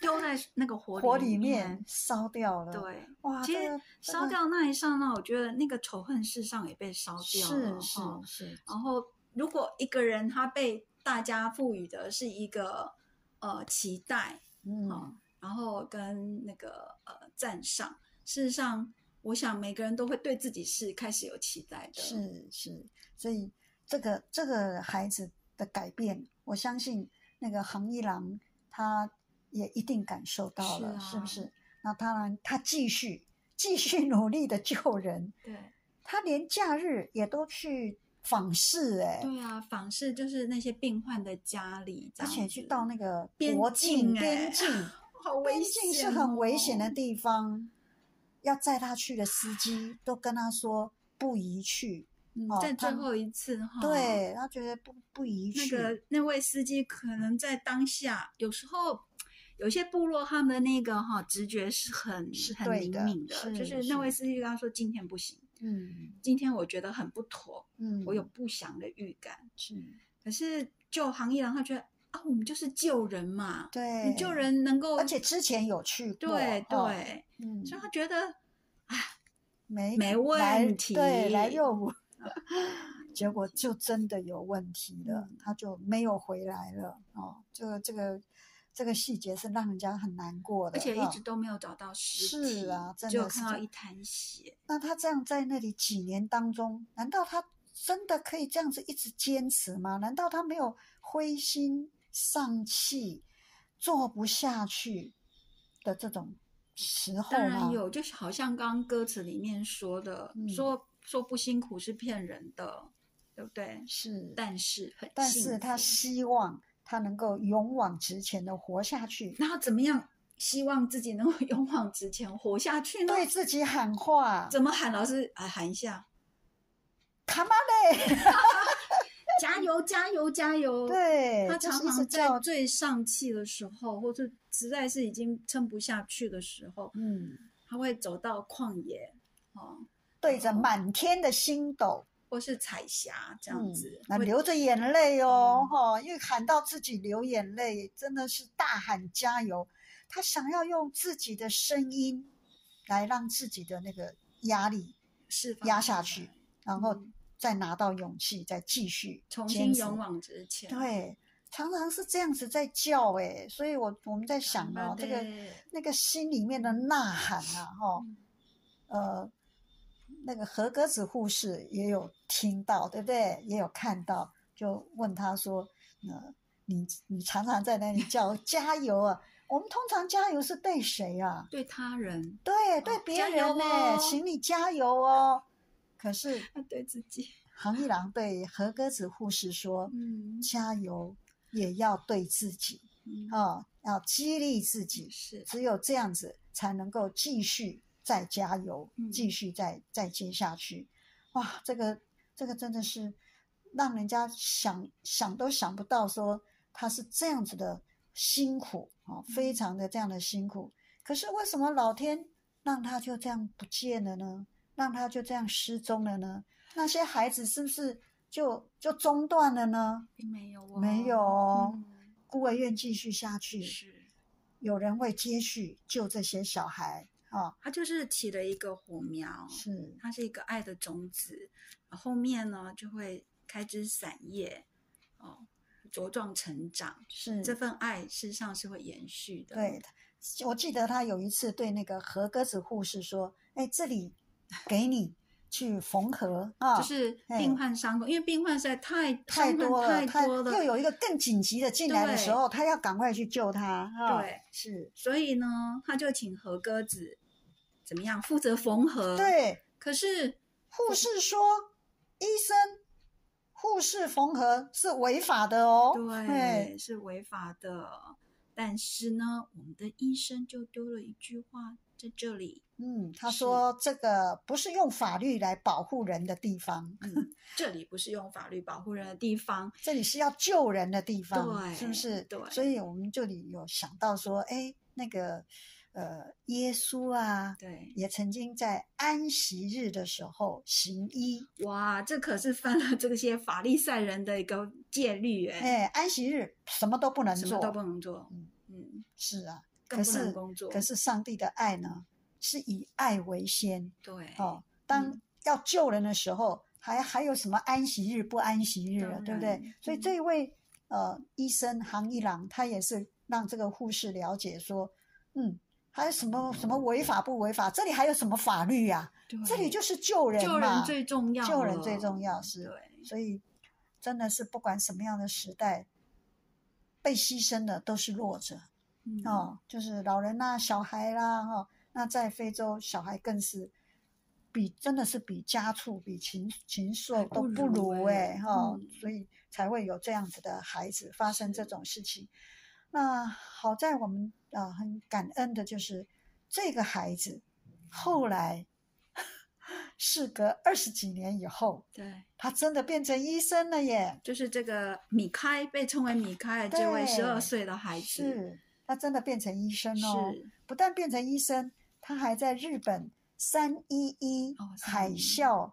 Speaker 3: 丢在那个火
Speaker 2: 火
Speaker 3: 里
Speaker 2: 里面烧掉了。，
Speaker 3: 对，
Speaker 2: 哇，
Speaker 3: 其
Speaker 2: 这个
Speaker 3: 实
Speaker 2: 真
Speaker 3: 烧
Speaker 2: 的
Speaker 3: 掉那一刹那，我觉得那个仇恨事上也被烧掉了。哦
Speaker 2: 是
Speaker 3: 哈
Speaker 2: 是是，
Speaker 3: 然后，如果一个人他被大家赋予的是一个呃期待，
Speaker 2: 嗯
Speaker 3: 哦，然后跟那个呃赞赏，事实上，我想每个人都会对自己是开始有期待的。，
Speaker 2: 是是，所以这个这个孩子的改变，我相信那个杭一郎他也一定感受到
Speaker 3: 是
Speaker 2: 了，是不
Speaker 3: 啊
Speaker 2: 是？那当然，他继续继续努力的救人，
Speaker 3: 对，
Speaker 2: 他连假日也都去访视、欸，哎，
Speaker 3: 对啊，访视就是那些病患的家里这
Speaker 2: 而
Speaker 3: 样子，
Speaker 2: 且去到那个
Speaker 3: 边
Speaker 2: 国境
Speaker 3: 境
Speaker 2: 边
Speaker 3: 哎
Speaker 2: 境。
Speaker 3: 好危
Speaker 2: 边境
Speaker 3: 险，哦
Speaker 2: 是很危险的。地方，要载他去的司机都跟他说不宜去。
Speaker 3: 嗯
Speaker 2: 哦
Speaker 3: 在
Speaker 2: 他
Speaker 3: 最后一次哈，
Speaker 2: 对他觉得不不宜
Speaker 3: 哦那
Speaker 2: 去，
Speaker 3: 个那位司机可能在当下，有时候有些部落他们的那个哈、直觉是很
Speaker 2: 是
Speaker 3: 很
Speaker 2: 对
Speaker 3: 灵
Speaker 2: 的
Speaker 3: 敏的，就是是那位
Speaker 2: 是
Speaker 3: 司机跟他说今天不行，
Speaker 2: 嗯
Speaker 3: 今天我觉得很不妥，
Speaker 2: 嗯，
Speaker 3: 我有不祥的预感。
Speaker 2: 是
Speaker 3: 可是就行业人他觉得啊，我们就是救人嘛，
Speaker 2: 对，
Speaker 3: 你救，人能够，
Speaker 2: 而且之前有去过，
Speaker 3: 对对，
Speaker 2: 哦嗯，
Speaker 3: 所以他觉得
Speaker 2: 没
Speaker 3: 没问
Speaker 2: 来对，
Speaker 3: 题
Speaker 2: 来又我， 结果就真的有问题了，
Speaker 3: 嗯
Speaker 2: 他就没有回来了哦，这个这个这个细节是让人家很难过的，
Speaker 3: 而且一
Speaker 2: 哈
Speaker 3: 直都没有找到尸体，
Speaker 2: 嗯是啊真
Speaker 3: 只有
Speaker 2: 的是
Speaker 3: 看
Speaker 2: 这
Speaker 3: 到
Speaker 2: 样
Speaker 3: 一滩血。
Speaker 2: 那他这样在那里几年当中，难道他真的可以这样子一直坚持吗？难道他没有灰心丧气、做不下去的这种时候
Speaker 3: 当然
Speaker 2: 吗？
Speaker 3: 有，就是好像刚刚歌词里面说的，
Speaker 2: 嗯
Speaker 3: 说说不辛苦是骗人的，对不对？
Speaker 2: 是，
Speaker 3: 但是很
Speaker 2: 但
Speaker 3: 幸
Speaker 2: 是他
Speaker 3: 福
Speaker 2: 希望他能够勇往直前的活下去，
Speaker 3: 然后怎么样？希望自己能够 勇往直前，活下去呢？
Speaker 2: 对自己喊话
Speaker 3: 怎么喊？老师啊，喊一下，
Speaker 2: 卡玛嘞，
Speaker 3: 加油，加油，加油！，
Speaker 2: 对，
Speaker 3: 他
Speaker 2: 就
Speaker 3: 常
Speaker 2: 是一
Speaker 3: 常
Speaker 2: 直
Speaker 3: 在
Speaker 2: 叫，
Speaker 3: 最上气的时候，或者实在是已经撑不下去的时候，
Speaker 2: 嗯，
Speaker 3: 他会走到旷野，哦，
Speaker 2: 对着满天的星斗，
Speaker 3: 或是彩霞这样子，
Speaker 2: 嗯那
Speaker 3: 会
Speaker 2: 流着眼泪哦
Speaker 3: 嗯，
Speaker 2: 哈、因为喊到自己流眼泪，真的是大喊加油。他想要用自己的声音来让自己的那个压力
Speaker 3: 释放
Speaker 2: 压
Speaker 3: 出
Speaker 2: 下
Speaker 3: 来
Speaker 2: 去，然后
Speaker 3: 嗯
Speaker 2: 再拿到勇气，再继续
Speaker 3: 重
Speaker 2: 坚
Speaker 3: 新
Speaker 2: 持
Speaker 3: 勇。往直前。
Speaker 2: 对，常常是这样子在叫哎、所以我我们在想
Speaker 3: 頑
Speaker 2: 哦
Speaker 3: 張，
Speaker 2: 这个
Speaker 3: れ
Speaker 2: 那个心里面的呐喊啊，哈、
Speaker 3: 嗯
Speaker 2: 呃，那个何格子护士也有听到，对不对？也有看到，就问他说：“呃，你你常常在那里 叫加油啊？我们通常加油是对谁啊？
Speaker 3: 对他人，
Speaker 2: 对，对
Speaker 3: 哦
Speaker 2: 别
Speaker 3: 加油
Speaker 2: 人呢、欸
Speaker 3: 哦
Speaker 2: 请你加油哦。”可是
Speaker 3: 他对自己，
Speaker 2: 杭一郎对何格子护士说
Speaker 3: 嗯：“，
Speaker 2: 加油，也要对自己
Speaker 3: 嗯
Speaker 2: 哦，要激励自己。”
Speaker 3: 是
Speaker 2: 只有这样子才能够继续再加油，
Speaker 3: 嗯
Speaker 2: 继续再再接下去。哇，这个这个真的是让人家想想都想不到，说他是这样子的辛苦啊、哦，
Speaker 3: 嗯
Speaker 2: 非常的这样的辛苦。可是为什么老天让他就这样不见了呢？让他就这样失踪了呢？那些孩子是不是就就中断了呢？
Speaker 3: 并没有哦，
Speaker 2: 没有哦
Speaker 3: 嗯
Speaker 2: 孤儿院继续下去，
Speaker 3: 是
Speaker 2: 有人会接续救这些小孩啊、哦
Speaker 3: 他就是起了一个火苗，
Speaker 2: 是，
Speaker 3: 它是一个爱的种子，后面呢就会开枝散叶，哦，茁壮成长。
Speaker 2: 是
Speaker 3: 这份爱事实上是会延续的，
Speaker 2: 嗯对，我记得他有一次对那个和鸽子护士说：“哎，这里给你去缝合啊，
Speaker 3: 就是
Speaker 2: 哎
Speaker 3: 病患伤口，因为病患实在太
Speaker 2: 太
Speaker 3: 伤患
Speaker 2: 多了，
Speaker 3: 太
Speaker 2: 他
Speaker 3: 多了，
Speaker 2: 又有一个更紧急的进来的时
Speaker 3: 对
Speaker 2: 候，他要赶快去救他。啊
Speaker 3: 对，
Speaker 2: 是，
Speaker 3: 所以呢，他就请何鸽子怎么样负责缝合。，
Speaker 2: 对。
Speaker 3: 可是
Speaker 2: 护士说，医生，护士缝合是违法的哦。
Speaker 3: 对，是违法的。但是呢，我们的医生就丢了一句话在这里，
Speaker 2: 嗯，他
Speaker 3: 是
Speaker 2: 说这个不是用法律来保护人的地方，
Speaker 3: 嗯，这里不是用法律保护人的地方，
Speaker 2: 这里是要救人的地方，
Speaker 3: 对
Speaker 2: 是不是？
Speaker 3: 对
Speaker 2: 所以我们这里有想到说，哎，那个呃，耶稣啊，
Speaker 3: 对，
Speaker 2: 也曾经在安息日的时候行医，
Speaker 3: 哇，这可是犯了这些法利赛人的一个戒律哎，
Speaker 2: 哎，安息日什么都不能
Speaker 3: 什
Speaker 2: 做，
Speaker 3: 么都不能做
Speaker 2: 嗯，
Speaker 3: 嗯，
Speaker 2: 是啊，
Speaker 3: 更
Speaker 2: 可
Speaker 3: 不能
Speaker 2: 是
Speaker 3: 工作，
Speaker 2: 可是上帝的爱呢，是以爱为先
Speaker 3: 对，
Speaker 2: 哦。当
Speaker 3: 嗯
Speaker 2: 要救人的时候，还还有什么安息日不安息日啊，
Speaker 3: 当
Speaker 2: 对不
Speaker 3: 然
Speaker 2: 对？所以
Speaker 3: 嗯
Speaker 2: 这一位呃医生杭一郎，他也是让这个护士了解说，嗯，还有什么什么违法不违法？这里还有什么法律呀、这里
Speaker 3: 对
Speaker 2: 就是救人
Speaker 3: 救
Speaker 2: 嘛
Speaker 3: 人最重要了，
Speaker 2: 救人最重要是
Speaker 3: 对，
Speaker 2: 所以真的是不管什么样的时代，被牺牲的都是弱者。
Speaker 3: 嗯
Speaker 2: 哦，就是老人啦、小孩啦，哈、哦，那在非洲，小孩更是比真的是比家畜、比禽禽兽都
Speaker 3: 不
Speaker 2: 不
Speaker 3: 如
Speaker 2: 如
Speaker 3: 欸
Speaker 2: 哎、哈、
Speaker 3: 嗯
Speaker 2: 所以才会有这样子的孩子发生这
Speaker 3: 是
Speaker 2: 种事情。那好在我们啊、呃很感恩的就是这个孩子后来事隔二十几年以后，
Speaker 3: 对，
Speaker 2: 他真的变成医生了耶，
Speaker 3: 就是这个米开被称为米开的这位十
Speaker 2: 对
Speaker 3: 二岁的孩子，嗯
Speaker 2: 是他真的变成医生哦。
Speaker 3: 是
Speaker 2: 不但变成医生，他还在日本三一一
Speaker 3: 哦311
Speaker 2: 海啸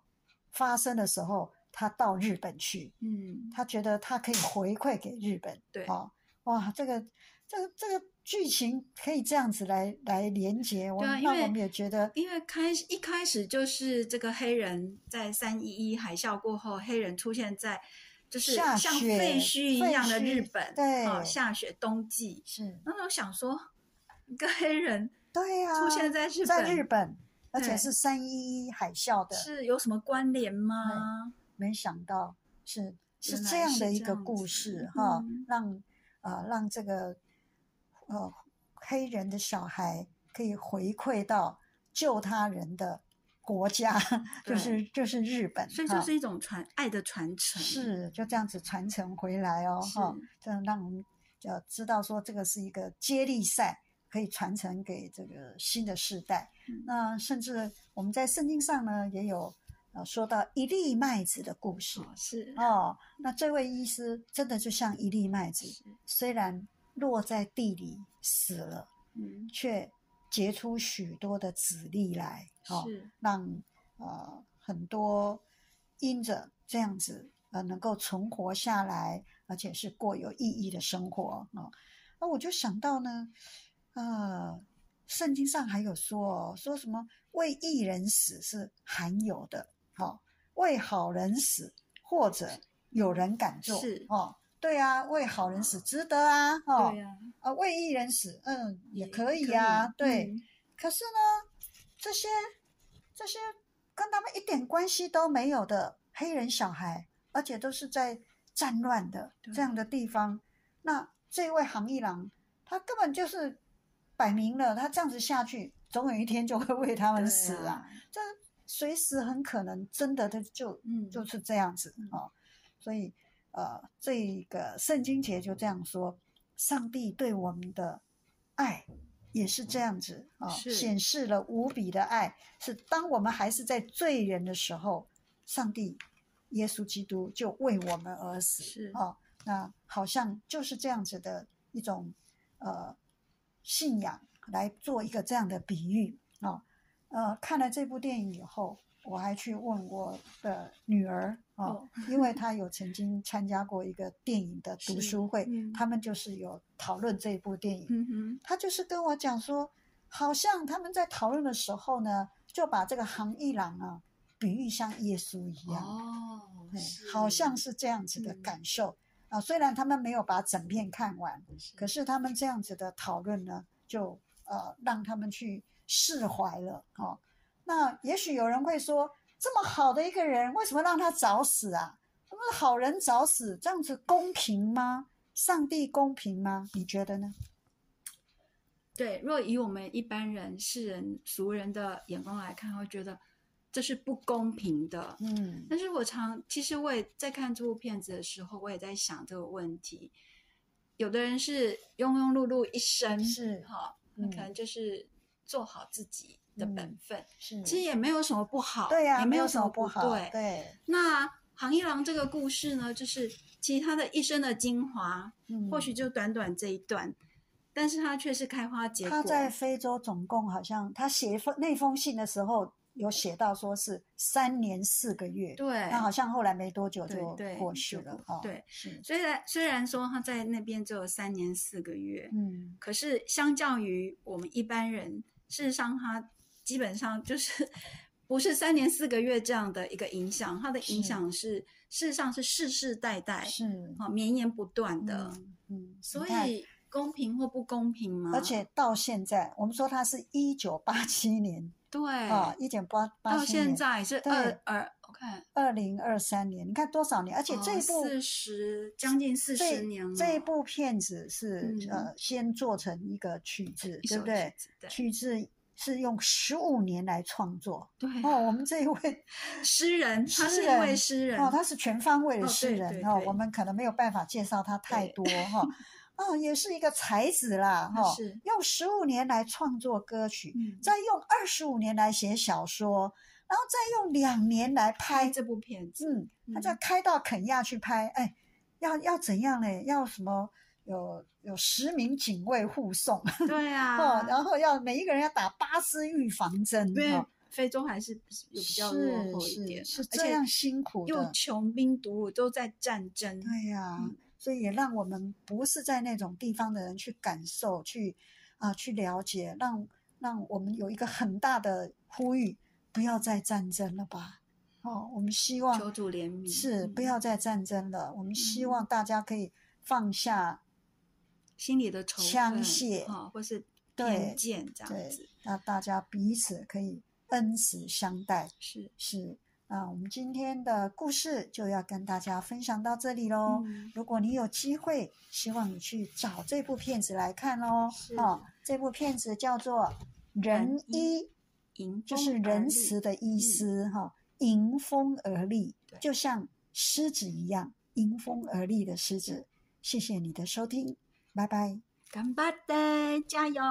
Speaker 2: 发生的时候，他到日本去，
Speaker 3: 嗯，
Speaker 2: 他觉得他可以回馈给日本。
Speaker 3: 对
Speaker 2: 哦，哇，这个这个这个剧情可以这样子来来连接，我
Speaker 3: 对啊因
Speaker 2: 那
Speaker 3: 为
Speaker 2: 我们也觉得
Speaker 3: 因为开始一开始就是这个黑人在三一一海啸过后，黑人出现在就是
Speaker 2: 下
Speaker 3: 像
Speaker 2: 雪
Speaker 3: 废墟一
Speaker 2: 废
Speaker 3: 样的日
Speaker 2: 墟
Speaker 3: 本，
Speaker 2: 对
Speaker 3: 哦，下雪冬季。
Speaker 2: 是
Speaker 3: 然后我想说，一个黑人
Speaker 2: 对啊，
Speaker 3: 出现在日本，
Speaker 2: 在日本，而且
Speaker 3: 对
Speaker 2: 是三一一海啸的，嗯
Speaker 3: 是有什么关联吗？
Speaker 2: 没想到是是
Speaker 3: 原
Speaker 2: 这
Speaker 3: 来
Speaker 2: 样
Speaker 3: 是
Speaker 2: 的一
Speaker 3: 这
Speaker 2: 个
Speaker 3: 样
Speaker 2: 故
Speaker 3: 子
Speaker 2: 事哈、
Speaker 3: 嗯
Speaker 2: 让呃让这个呃黑人的小孩可以回馈到救他人的国家， 就是就是日本，
Speaker 3: 所以
Speaker 2: 哈
Speaker 3: 就是一种传爱的传承，
Speaker 2: 是就这样子传承回来哦
Speaker 3: 是
Speaker 2: 哈，这样让我们呃知道说这个是一个接力赛，可以传承给这个新的世代。
Speaker 3: 嗯
Speaker 2: 那甚至我们在圣经上呢也有呃说到一粒麦子的故事。
Speaker 3: 哦是
Speaker 2: 哦，那这位医师真的就像一粒麦子，
Speaker 3: 是
Speaker 2: 虽然落在地里死了，
Speaker 3: 嗯
Speaker 2: 却结出许多的籽粒来，哦，
Speaker 3: 是
Speaker 2: 让呃很多因着这样子呃能够存活下来，而且是过有意义的生活啊、哦。那我就想到呢，呃，圣经上还有说、哦、说什么为义人死是罕有的，好、哦，为好人死或者有人敢做，
Speaker 3: 是
Speaker 2: 哦，对啊，为好人死值得啊，哦，
Speaker 3: 对呀，
Speaker 2: 啊，为艺人死，嗯，也
Speaker 3: 也
Speaker 2: 可以
Speaker 3: 可
Speaker 2: 啊，
Speaker 3: 以
Speaker 2: 对。
Speaker 3: 嗯
Speaker 2: 可是呢，这些这些跟他们一点关系都没有的黑人小孩，而且都是在战乱的
Speaker 3: 对
Speaker 2: 这样的地方，那这位行一郎他根本就是摆明了，他这样子下去，总有一天就会为他们
Speaker 3: 对
Speaker 2: 死啊，，这随时很可能真的他就
Speaker 3: 嗯，
Speaker 2: 就是这样子哦。所以，呃，这个圣经节就这样说，上帝对我们的爱也是这样子啊、哦，
Speaker 3: 是
Speaker 2: 显示了无比的爱。是当我们还是在罪人的时候，上帝耶稣基督就为我们而死。
Speaker 3: 是
Speaker 2: 哦，那好像就是这样子的一种呃信仰来做一个这样的比喻啊、哦。呃，看了这部电影以后，我还去问我的女儿啊、哦
Speaker 3: 哦
Speaker 2: 因为她有曾经参加过一个电影的读
Speaker 3: 是
Speaker 2: 书会，
Speaker 3: 嗯
Speaker 2: 他们就是有讨论这部电影，
Speaker 3: 嗯哼，
Speaker 2: 他就是跟我讲说，好像他们在讨论的时候呢，就把这个杭一郎啊比喻像耶稣一样，
Speaker 3: 哦
Speaker 2: 嘿好像是嗯这样子的感受、啊。虽然他们没有把整片看完，可是他们这样子的讨论呢，就呃让他们去释怀了哦。那也许有人会说，这么好的一个人，为什么让他早死啊？那么好人早死，这样子公平吗？上帝公平吗？你觉得呢？
Speaker 3: 对，若以我们一般人、世人、俗人的眼光来看，会觉得这是不公平的。
Speaker 2: 嗯，
Speaker 3: 但是我常，其实我也在看这部片子的时候，我也在想这个问题。有的人是庸庸碌碌一生，
Speaker 2: 是
Speaker 3: 哈，那可
Speaker 2: 嗯
Speaker 3: 能就是做好自己的本
Speaker 2: 嗯
Speaker 3: 分，
Speaker 2: 是，
Speaker 3: 其实也没有什么不好，
Speaker 2: 对呀、
Speaker 3: 也
Speaker 2: 没
Speaker 3: 有
Speaker 2: 什么不好，
Speaker 3: 对，
Speaker 2: 对，
Speaker 3: 那杭一郎这个故事呢，就是其实他的一生的精华，
Speaker 2: 嗯
Speaker 3: 或许就短短这一段，但是他却是开花结果。
Speaker 2: 他在非洲总共好像他写一封那封信的时候有写到说是三年四个月，
Speaker 3: 对，
Speaker 2: 那好像后来没多久
Speaker 3: 对
Speaker 2: 就
Speaker 3: 对
Speaker 2: 过世
Speaker 3: 就
Speaker 2: 了
Speaker 3: 过
Speaker 2: 哦，
Speaker 3: 对
Speaker 2: 是，
Speaker 3: 虽然虽然说他在那边只有三年四个月，
Speaker 2: 嗯，
Speaker 3: 可是相较于我们一般人，事实上他基本上就是 不是三年四个月这样的一个影响，他的
Speaker 2: 是
Speaker 3: 影响是事实上是世世代代
Speaker 2: 是
Speaker 3: 啊绵延不断的。
Speaker 2: 嗯嗯，
Speaker 3: 所
Speaker 2: 你看
Speaker 3: 以公平或不公平吗？
Speaker 2: 而且到现在，我们说他是一九八七年
Speaker 3: 对
Speaker 2: 啊，一九八八
Speaker 3: 到
Speaker 2: 七
Speaker 3: 现
Speaker 2: 年，
Speaker 3: 在是
Speaker 2: 对
Speaker 3: 二二，我看
Speaker 2: 二零二三年，你看多少年？而且这一部
Speaker 3: 哦四十将近四十
Speaker 2: 这
Speaker 3: 年了，
Speaker 2: 这一部片子是、
Speaker 3: 嗯
Speaker 2: 呃，先做成一个曲子，
Speaker 3: 一
Speaker 2: 对
Speaker 3: 首
Speaker 2: 不对
Speaker 3: 曲？子？对
Speaker 2: 曲子是用十五年来创作。
Speaker 3: 对
Speaker 2: 哦，我们这一位
Speaker 3: 诗人，他
Speaker 2: 诗
Speaker 3: 是一位
Speaker 2: 人
Speaker 3: 诗 人
Speaker 2: 哦，他是全方位的
Speaker 3: 哦
Speaker 2: 诗
Speaker 3: 对
Speaker 2: 人
Speaker 3: 对
Speaker 2: 哦
Speaker 3: 对
Speaker 2: 我们可能没有办法介绍他太
Speaker 3: 对
Speaker 2: 多哈。哦，也是一个才子啦哈、
Speaker 3: 他是
Speaker 2: 用十五年来创作歌曲，
Speaker 3: 嗯
Speaker 2: 再用二十五年来写小说，然后再用两年来拍
Speaker 3: 这部片子，
Speaker 2: 嗯，他
Speaker 3: 嗯
Speaker 2: 再开到肯亚去拍，哎，要要怎样嘞？要什么？有有十名警卫护送、
Speaker 3: 对
Speaker 2: 哦，
Speaker 3: 啊，
Speaker 2: 然后要每一个人要打八支预防针
Speaker 3: 因，为
Speaker 2: 哦、
Speaker 3: 非洲还是有比较落后一点，
Speaker 2: 是是
Speaker 3: 而
Speaker 2: 这
Speaker 3: 且
Speaker 2: 样辛苦的，
Speaker 3: 又穷兵黩武，都在战争，
Speaker 2: 对呀、
Speaker 3: 嗯
Speaker 2: 所以也让我们不是在那种地方的人去感受、去啊、去了解，让让我们有一个很大的呼吁，不要再战争了吧。哦，我们希望
Speaker 3: 求主怜悯，
Speaker 2: 是
Speaker 3: 嗯
Speaker 2: 不要再战争了。我们希望大家可以放下，
Speaker 3: 心里的仇
Speaker 2: 枪
Speaker 3: 恨
Speaker 2: 械
Speaker 3: 啊，或是
Speaker 2: 对
Speaker 3: 偏见这样
Speaker 2: 对
Speaker 3: 子，
Speaker 2: 那大家彼此可以恩慈相待。
Speaker 3: 是
Speaker 2: 是，那我们今天的故事就要跟大家分享到这里喽。
Speaker 3: 嗯
Speaker 2: 如果你有机会，希望你去找这部片子来看哦。
Speaker 3: 是
Speaker 2: 哦，这部片子叫做《仁
Speaker 3: 仁医
Speaker 2: 医》，
Speaker 3: 迎
Speaker 2: 就是
Speaker 3: 风而
Speaker 2: 仁
Speaker 3: 立嗯
Speaker 2: 慈的医师哈、迎风而立
Speaker 3: 对，
Speaker 2: 就像狮子一样，迎风而立的狮子。谢谢你的收听，拜拜。
Speaker 3: 干巴的，加油！